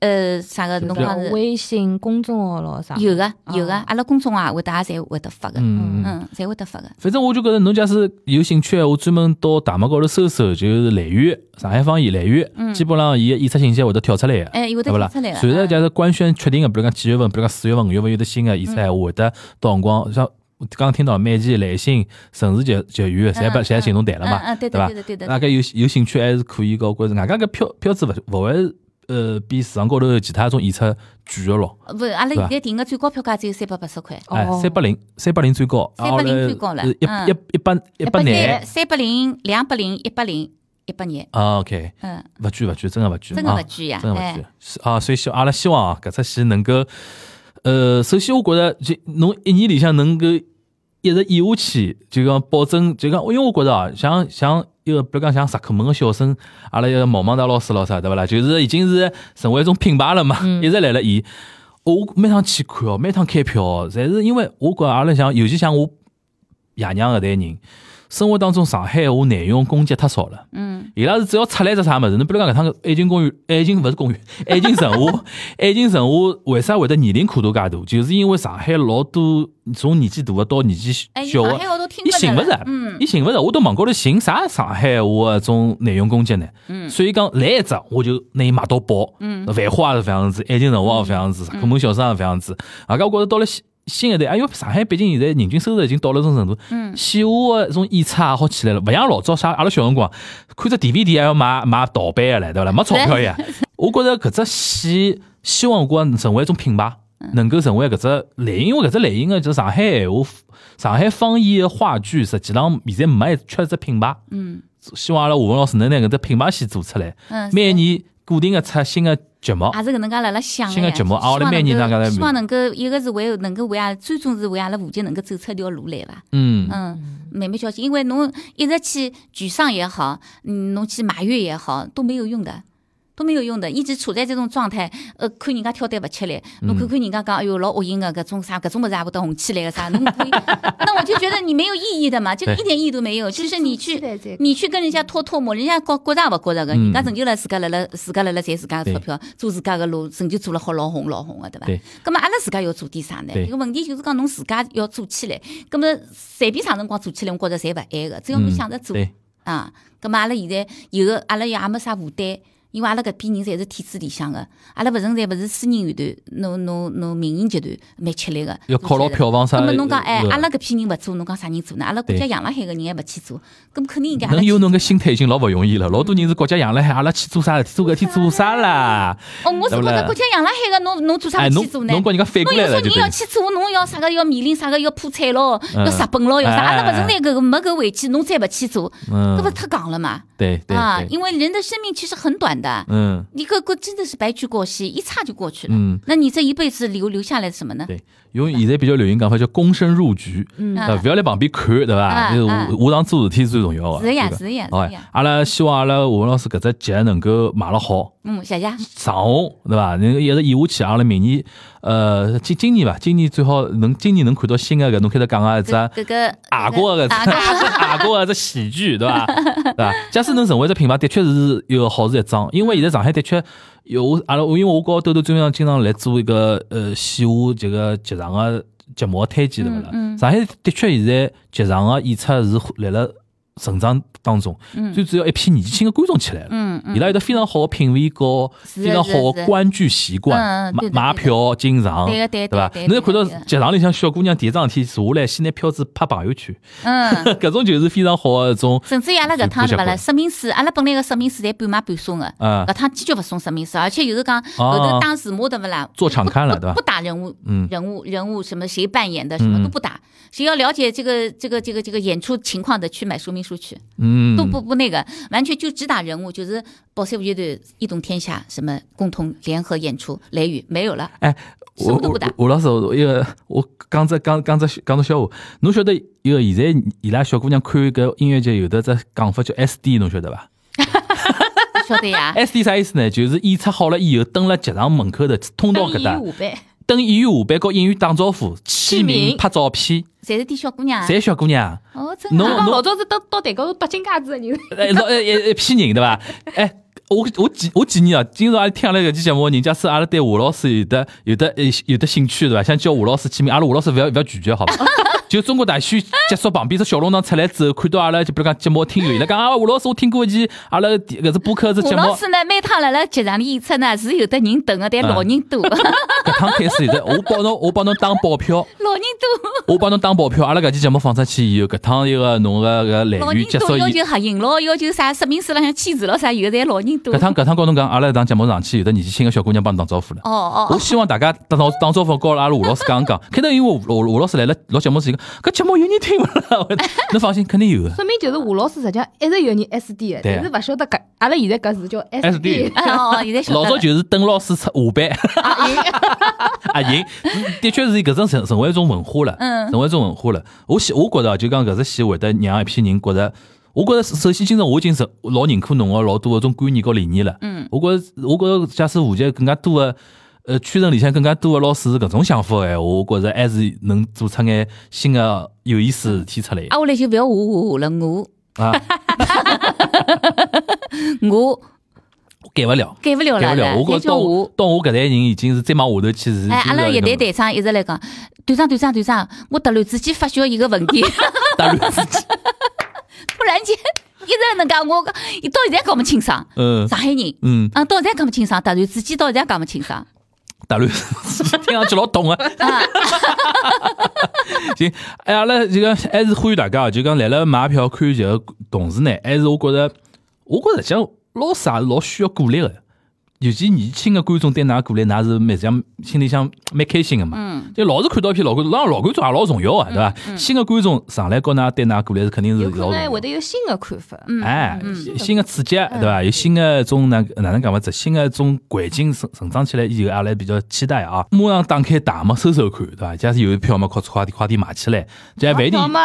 [SPEAKER 1] 呃，啥个侬
[SPEAKER 2] 对
[SPEAKER 1] 讲
[SPEAKER 3] 呃
[SPEAKER 1] 是
[SPEAKER 3] 微信公众号咯啥？
[SPEAKER 1] 有个有个，
[SPEAKER 3] 哦
[SPEAKER 1] 阿拉公众号也会得也侪会得发个，
[SPEAKER 2] 嗯嗯。
[SPEAKER 1] 嗯，侪会得发个。
[SPEAKER 2] 反正我就觉着，侬假使有兴趣闲话，专门到大麦高头搜搜，就是来源上海方言来源，基本上伊个演出信息会得跳出来个，
[SPEAKER 1] 嗯哎，会得
[SPEAKER 2] 对勿
[SPEAKER 1] 跳
[SPEAKER 2] 啦
[SPEAKER 1] 出来？个。
[SPEAKER 2] 随着
[SPEAKER 1] 嗯
[SPEAKER 2] 假使官宣确定个，比如讲几月份，比如讲四月份、五月份有得新个演出
[SPEAKER 1] 嗯
[SPEAKER 2] 闲话，会得到辰光像我刚刚听到美琪、来信、城市剧剧院，侪把侪寻侬谈了嘛
[SPEAKER 1] 嗯，嗯，对的
[SPEAKER 2] 对伐
[SPEAKER 1] 对的对的。
[SPEAKER 2] 大概有有兴趣还是可以搞关注。外加搿票票子勿勿会呃比市场高头其他种演出贵个咯，
[SPEAKER 1] 勿，阿拉
[SPEAKER 2] 对吧
[SPEAKER 1] 现在定个最高票价只有三百八十块，
[SPEAKER 2] 哎，
[SPEAKER 3] 哦
[SPEAKER 2] 三八零三八零最高，
[SPEAKER 1] 380
[SPEAKER 2] 然后嘞
[SPEAKER 1] 最高了
[SPEAKER 2] 是一
[SPEAKER 1] 嗯
[SPEAKER 2] 一一百一百
[SPEAKER 1] 三
[SPEAKER 2] 廿
[SPEAKER 1] 三八零、两百零、一百零、一百廿，
[SPEAKER 2] 啊，OK，
[SPEAKER 1] 嗯，
[SPEAKER 2] 勿贵勿贵，真个勿贵，
[SPEAKER 1] 真个
[SPEAKER 2] 啊
[SPEAKER 1] 勿贵呀，
[SPEAKER 2] 真个勿
[SPEAKER 1] 哎
[SPEAKER 2] 贵，是啊，所以希阿拉希望啊，搿只戏能够，呃，首先我觉着就侬一年里向能够一直演下去，就讲保证，就讲，因为我觉着啊，像像一个，比如讲像石克门个小生，阿拉一个毛毛大老师咯啥，对勿啦？就是已经是成为一种品牌了嘛，一直辣辣演。我每趟去看哦，每趟开票哦，侪是因为我觉着阿拉像，尤其像我爷娘搿代人，生活当中上海话内容攻击太少了。
[SPEAKER 1] 嗯，
[SPEAKER 2] 伊拉是只要出来只啥物事，侬比如讲搿趟爱情公寓，爱情勿是公 <laughs> 寓，爱情神话，爱情神话为啥会得年龄跨度介大？就是因为上海老多从年纪大个到年纪
[SPEAKER 1] 哎，
[SPEAKER 2] 小
[SPEAKER 1] 上
[SPEAKER 2] 个
[SPEAKER 1] 海。话都听
[SPEAKER 2] 伊
[SPEAKER 1] 得
[SPEAKER 2] 寻勿着，
[SPEAKER 1] 嗯
[SPEAKER 2] 伊寻勿着，我到网高头寻啥上海话的种内容攻击呢？
[SPEAKER 1] 嗯
[SPEAKER 2] 所以讲来一只我就拿伊买到爆，
[SPEAKER 1] 嗯
[SPEAKER 2] 繁花也是搿样子，爱情神话也是搿样子，可梦小生也是搿样子。啊，搿我觉着到了新新一代，哎哟，上海毕竟现在人均收入已经到了种程度，
[SPEAKER 1] 嗯，
[SPEAKER 2] 线下的种演出也好起来了，勿像老早啥，阿拉小辰光看只 DVD 还要买买盗版的唻，对伐？啦？没钞票呀。我觉着搿只戏，希望我讲成为一种品牌，
[SPEAKER 1] 嗯
[SPEAKER 2] 能够成为搿只类型，因为搿只类型的就是上海闲话、上海方言的话剧，实际上现在没缺一只品牌。
[SPEAKER 1] 嗯
[SPEAKER 2] 希望阿拉华文老师能拿搿只品牌先做出来，
[SPEAKER 1] 嗯，
[SPEAKER 2] 每
[SPEAKER 1] 是啊
[SPEAKER 2] 年固定的出新的节目。
[SPEAKER 1] 也是搿能介辣辣想
[SPEAKER 2] 新的
[SPEAKER 1] 呀
[SPEAKER 2] 节目啊
[SPEAKER 1] 希望
[SPEAKER 2] 我来每年
[SPEAKER 1] 能
[SPEAKER 2] 大
[SPEAKER 1] 够
[SPEAKER 2] 家来
[SPEAKER 1] 希望能够一个是为能够为阿拉，最终是为阿拉福建能够走出一条路来伐。
[SPEAKER 2] 嗯
[SPEAKER 1] 嗯，慢慢交去，因为侬一直去沮丧也好，嗯，侬去埋怨也好，都没有用的，都没有用的。一直处在这种状态，呃，看人家跳得勿吃力，
[SPEAKER 2] 嗯
[SPEAKER 1] 侬看看人家讲，哎哟，老恶心个，搿种啥，搿种物事也会得红起来个啥， <laughs> 侬可以，那我就觉得你没有意义的嘛，就
[SPEAKER 2] 对
[SPEAKER 1] 一点意义都没有。就是你去
[SPEAKER 3] 期待这个，
[SPEAKER 1] 你去跟人家拖唾
[SPEAKER 2] 嗯
[SPEAKER 1] 沫，人家觉觉着也勿觉着个，人家成就了自家辣辣自家辣辣赚自家的钞票，做自家个路，成就做了好老红老红个，对伐？
[SPEAKER 2] 对
[SPEAKER 1] 咁么阿拉自家要做点啥呢？
[SPEAKER 2] 对
[SPEAKER 1] 一个问题就是讲侬自家要做起来，咁么随便啥辰光做起来，我觉着侪勿晚个，只要侬想着做
[SPEAKER 2] 嗯对，
[SPEAKER 1] 啊。咁么阿拉现在有个阿拉也没啥负担。因为阿拉搿批人侪是体制里向个，阿拉勿存在勿是私人乐团，侬侬侬民营集团蛮吃力个，
[SPEAKER 2] 要犒劳票房啥呃
[SPEAKER 1] 那
[SPEAKER 2] 的。
[SPEAKER 1] 么侬讲，哎
[SPEAKER 2] 对，吧
[SPEAKER 1] 阿拉搿批人勿做，侬讲啥人做呢？阿拉国家
[SPEAKER 2] 对
[SPEAKER 1] 养了海个人还勿去做，咁肯定应该阿拉
[SPEAKER 2] 能
[SPEAKER 1] 去
[SPEAKER 2] 有侬个心态已经老勿容易了。老多人是国家养了海，阿拉去做啥事体？做搿事体做啥啦？
[SPEAKER 1] 哦，我是觉着国家养了海个，侬侬做啥
[SPEAKER 2] 哎，
[SPEAKER 1] 勿
[SPEAKER 2] 侬
[SPEAKER 1] 去做呢？
[SPEAKER 2] 侬
[SPEAKER 1] 侬
[SPEAKER 2] 跟人家反过
[SPEAKER 1] 有
[SPEAKER 2] 来
[SPEAKER 1] 时候
[SPEAKER 2] 了，就
[SPEAKER 1] 人
[SPEAKER 2] 对
[SPEAKER 1] 要。去做，侬要啥个要面临啥个要破产咯，
[SPEAKER 2] 嗯
[SPEAKER 1] 要日本咯，要啥？
[SPEAKER 2] 哎
[SPEAKER 1] 阿拉勿存在搿个没搿危机，侬再勿去做，搿勿
[SPEAKER 2] 嗯，
[SPEAKER 1] 太戆了嘛？
[SPEAKER 2] 对对
[SPEAKER 1] 啊，
[SPEAKER 2] 对，
[SPEAKER 1] 因为人的生命其实很短的，
[SPEAKER 2] 嗯
[SPEAKER 1] 你搿个真的是白驹过隙，一擦就过去了。
[SPEAKER 2] 嗯，
[SPEAKER 1] 那你这一辈子留留下来什么呢？
[SPEAKER 2] 对，用现在比较流行讲法叫躬身入局，
[SPEAKER 3] 嗯
[SPEAKER 1] 啊
[SPEAKER 2] 呃，勿要来旁边看，对伐？
[SPEAKER 1] 啊
[SPEAKER 2] 就是
[SPEAKER 1] 啊
[SPEAKER 2] 下场做事体是最重要个。
[SPEAKER 1] 是呀，
[SPEAKER 2] 对伐
[SPEAKER 1] 是呀，
[SPEAKER 2] 好
[SPEAKER 1] 是
[SPEAKER 2] 哎
[SPEAKER 1] 呀。，
[SPEAKER 2] 阿拉希望阿拉吴文老师搿只节能够卖了好，
[SPEAKER 1] 嗯，谢谢。
[SPEAKER 2] 长虹对伐？能一直演下去，阿拉明年呃今今年伐，今年最好能今年能看到新的搿侬开头讲个一只
[SPEAKER 1] 搿搿个
[SPEAKER 2] 外国的搿 <laughs>
[SPEAKER 1] 啊
[SPEAKER 2] 只外国的这喜剧，对
[SPEAKER 1] <laughs>
[SPEAKER 2] 伐？对伐？假使能成为这品牌，的确是有好事一桩。因为现在上海的确有我阿拉，因为我跟豆豆经常经常来做一个呃线下这个剧场的节目的推荐，对勿
[SPEAKER 1] 嗯
[SPEAKER 2] 啦？
[SPEAKER 1] 嗯
[SPEAKER 2] 上海的确现在剧场的演出是辣辣成长当中，
[SPEAKER 1] 嗯
[SPEAKER 2] 最主要一批年纪轻的观众起来了。
[SPEAKER 1] 嗯嗯
[SPEAKER 2] 伊拉有得非常好的品味和
[SPEAKER 1] 是
[SPEAKER 2] 非常好
[SPEAKER 1] 是
[SPEAKER 2] 的
[SPEAKER 1] 是
[SPEAKER 2] 观剧习
[SPEAKER 1] 嗯
[SPEAKER 2] 惯，
[SPEAKER 1] 嗯对的
[SPEAKER 2] 买买
[SPEAKER 1] 对的
[SPEAKER 2] 票进场，
[SPEAKER 1] 对个对
[SPEAKER 2] 对
[SPEAKER 1] 个
[SPEAKER 2] 伐
[SPEAKER 1] 对？个
[SPEAKER 2] 侬要看到
[SPEAKER 1] 对个对个
[SPEAKER 2] 剧场里向小姑娘第一桩事体坐下来，先拿票子拍朋友圈，
[SPEAKER 1] 嗯。
[SPEAKER 2] <laughs> 搿种就是非常好的一种，
[SPEAKER 1] 甚至于阿拉搿趟对勿啦？
[SPEAKER 2] 就
[SPEAKER 1] 说明书，阿拉本来个说明书侪半卖半送个，
[SPEAKER 2] 嗯
[SPEAKER 1] 搿趟坚决勿送说明书，而且有的讲呃后头打字幕对勿啦？
[SPEAKER 2] 哦做场刊了，对
[SPEAKER 1] 不
[SPEAKER 2] 伐
[SPEAKER 1] 不？打人物
[SPEAKER 2] 嗯，
[SPEAKER 1] 人物人物什么谁扮演的什么都不打，谁要了解这个这个这个这个演出情况的去买说明书去，
[SPEAKER 2] 嗯，
[SPEAKER 1] 都不不那个，完全就只打人物，就是宝山乐队一统天下什么共同联合演出雷雨没
[SPEAKER 2] <laughs>
[SPEAKER 1] 有了，
[SPEAKER 2] 哎，
[SPEAKER 1] 什
[SPEAKER 2] 我
[SPEAKER 1] 么都不
[SPEAKER 2] 我
[SPEAKER 1] 打
[SPEAKER 2] 我老师，我一个我讲只讲讲只讲只笑话，侬晓得一个现在伊拉小姑娘看搿音乐节有的只讲法叫 SD，侬晓得伐
[SPEAKER 1] 晓得呀？
[SPEAKER 2] ？SD 啥意思呢？就是演出好了以后，蹲辣剧场门口头通道搿
[SPEAKER 1] 哎
[SPEAKER 2] 搭，
[SPEAKER 3] <laughs> 呗，
[SPEAKER 2] 等演员下班和演员打招呼、签
[SPEAKER 3] 签
[SPEAKER 2] 名、
[SPEAKER 3] 名
[SPEAKER 2] 拍照片，
[SPEAKER 1] 侪是点小姑娘，
[SPEAKER 2] 侪小姑娘。
[SPEAKER 1] 哦，真
[SPEAKER 2] 侬
[SPEAKER 1] 好
[SPEAKER 2] 侬
[SPEAKER 3] 老早是到到蛋糕八斤架子的 <laughs> 人，
[SPEAKER 2] 哎，老哎哎一批人对伐？哎，我我建我建议啊，今朝阿拉听阿拉搿期节目，人家是阿拉对吴老师有的有的有有的兴趣对伐？想叫吴老师签名，阿拉吴老师勿要勿要拒
[SPEAKER 1] <laughs>
[SPEAKER 2] 绝好伐？就中国大选结束旁边只小弄堂出来之后，看到阿拉就比如讲节目听友，伊拉讲啊，吴老师我听过一期阿拉搿只播客只
[SPEAKER 1] 吴
[SPEAKER 2] 节
[SPEAKER 1] 老
[SPEAKER 2] 目，
[SPEAKER 1] 师呢，每趟辣辣剧场里演出呢，是有的人等个，但老人多，
[SPEAKER 2] 啊搿趟开始有的，我帮侬我帮侬打保票，
[SPEAKER 1] <laughs> 老人多。
[SPEAKER 2] 我帮侬打保票，阿拉搿期节目放出去以后，搿趟一个侬个搿
[SPEAKER 1] 老
[SPEAKER 2] 来
[SPEAKER 1] 人
[SPEAKER 2] 源结束
[SPEAKER 1] 多
[SPEAKER 2] 以
[SPEAKER 1] 要求合影咯，要求啥说明书浪向签字咯啥，有的侪老人多
[SPEAKER 2] 搿。趟搿趟告侬讲，阿拉搿档节目上去，有的年纪轻个小姑娘帮侬打招呼了。
[SPEAKER 1] 哦哦
[SPEAKER 2] 我，希望大家打招打招呼，跟阿拉吴老师讲一讲。 <laughs> 开头因为吴吴吴老师来了录节目之前，搿节目有人听勿啦？ <laughs> 侬放心，肯定有的。
[SPEAKER 3] 说明就是吴老师实际上一直有人 SD 的，
[SPEAKER 2] 对
[SPEAKER 3] 但是勿晓得搿阿拉现在搿字叫 <laughs>
[SPEAKER 2] SD
[SPEAKER 1] 哦 <laughs> 哦，现在晓得
[SPEAKER 2] 老
[SPEAKER 1] 了
[SPEAKER 2] 早就是等老师出下班，
[SPEAKER 3] 啊，
[SPEAKER 2] <laughs>
[SPEAKER 3] 有
[SPEAKER 2] 啊人的确是搿种成成为一种文化了，
[SPEAKER 1] 嗯
[SPEAKER 2] 成为一种文化了。我希我觉得啊就讲搿只戏会得让一批人觉着。我觉着首先，今朝我已经是老认可侬个老多搿种观念和理念了。
[SPEAKER 1] 嗯，
[SPEAKER 2] 我觉着，我觉着，假使华界更加多的呃，圈层里向更加多的老师是搿种想法的闲话，我觉着还是能做出眼新的有意思的事体出来
[SPEAKER 1] 啊，我来就勿要我我我了，我
[SPEAKER 2] 啊，
[SPEAKER 1] 我
[SPEAKER 2] 我改
[SPEAKER 1] <laughs>
[SPEAKER 2] 勿了。
[SPEAKER 1] 改勿了了
[SPEAKER 2] 改勿了，
[SPEAKER 1] 了，
[SPEAKER 2] 我
[SPEAKER 1] 该
[SPEAKER 2] 觉着
[SPEAKER 1] 叫
[SPEAKER 2] 到我
[SPEAKER 1] 我。
[SPEAKER 2] 到我搿代人已经是再往下头去是。
[SPEAKER 1] 哎，阿拉
[SPEAKER 2] 一
[SPEAKER 1] 一代队长一直来讲，队长队长队长，我突然之间发觉一个问题， <laughs>
[SPEAKER 2] 当然自己，
[SPEAKER 1] 突然间一直能讲我到现在讲勿清爽，
[SPEAKER 2] 嗯
[SPEAKER 1] 上海人。
[SPEAKER 2] 嗯，
[SPEAKER 1] 啊，到现在讲勿清爽，突然之间到现在讲勿清爽。 <laughs>
[SPEAKER 2] 当然自己， <laughs> 听上去老懂啊。
[SPEAKER 1] 啊，
[SPEAKER 2] 行，哎，阿拉这个还是呼吁大家啊，就讲来了买票看剧的同时呢，还是我觉着，我觉着实际上老师也是老需要鼓励的。尤其年轻的观众对㑚鼓励，㑚是蛮想心里向蛮开心的嘛。嗯，就老是看到一批老观众，当然老观众也老重要啊，对伐？新的观众上来跟㑚对㑚鼓励是肯定是
[SPEAKER 4] 嗯
[SPEAKER 2] 老
[SPEAKER 4] 有可
[SPEAKER 2] 重
[SPEAKER 4] 能
[SPEAKER 2] 要的。
[SPEAKER 4] 会得有新的看法。
[SPEAKER 3] 嗯
[SPEAKER 2] 哎，新的刺激，啊对伐？有新的一种哪哪能讲法子，新的一种环境成成长起来以后，阿拉比较期待啊。马上打开大门搜搜看，对伐？假使有一票嘛，快快点快点买起来，这还万一
[SPEAKER 3] 那么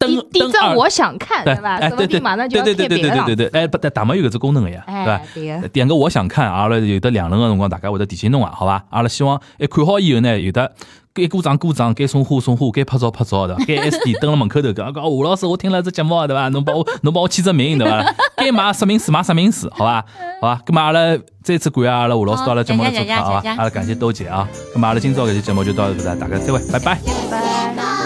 [SPEAKER 2] 登
[SPEAKER 3] 地
[SPEAKER 2] 登
[SPEAKER 3] 震
[SPEAKER 2] 二，
[SPEAKER 3] 我想看，
[SPEAKER 2] 对
[SPEAKER 3] 吧？
[SPEAKER 2] 哎
[SPEAKER 3] 说不
[SPEAKER 2] 对对
[SPEAKER 3] 定马上就要
[SPEAKER 2] 对
[SPEAKER 3] 贴
[SPEAKER 2] 对对
[SPEAKER 3] 别
[SPEAKER 2] 对
[SPEAKER 3] 的
[SPEAKER 2] 对
[SPEAKER 3] 了
[SPEAKER 2] 对。对，哎，不，但大门有搿只功能个呀，对伐
[SPEAKER 3] 哎？，对，
[SPEAKER 2] 呃点个我想看，阿拉有得两轮个辰光，大家会得提醒侬啊，好伐？阿拉希望一看好以后呢，有得该鼓掌鼓掌，该送花送花，该拍照拍照的，该 SD 蹲辣门口头讲讲，哦吴老师，我听了这节目啊对伐？侬帮我 <laughs> 侬帮我签只名对伐？该买啥名词买啥名词，好伐？好伐？咁啊么阿拉再次感谢阿拉吴老师到阿拉节目来做客，
[SPEAKER 1] 好谢谢
[SPEAKER 2] 好伐
[SPEAKER 1] 谢？谢
[SPEAKER 2] 啊阿拉感谢多姐啊，咁么阿拉今朝搿期节目就到搿搭，大家再会，拜拜。
[SPEAKER 4] 拜拜。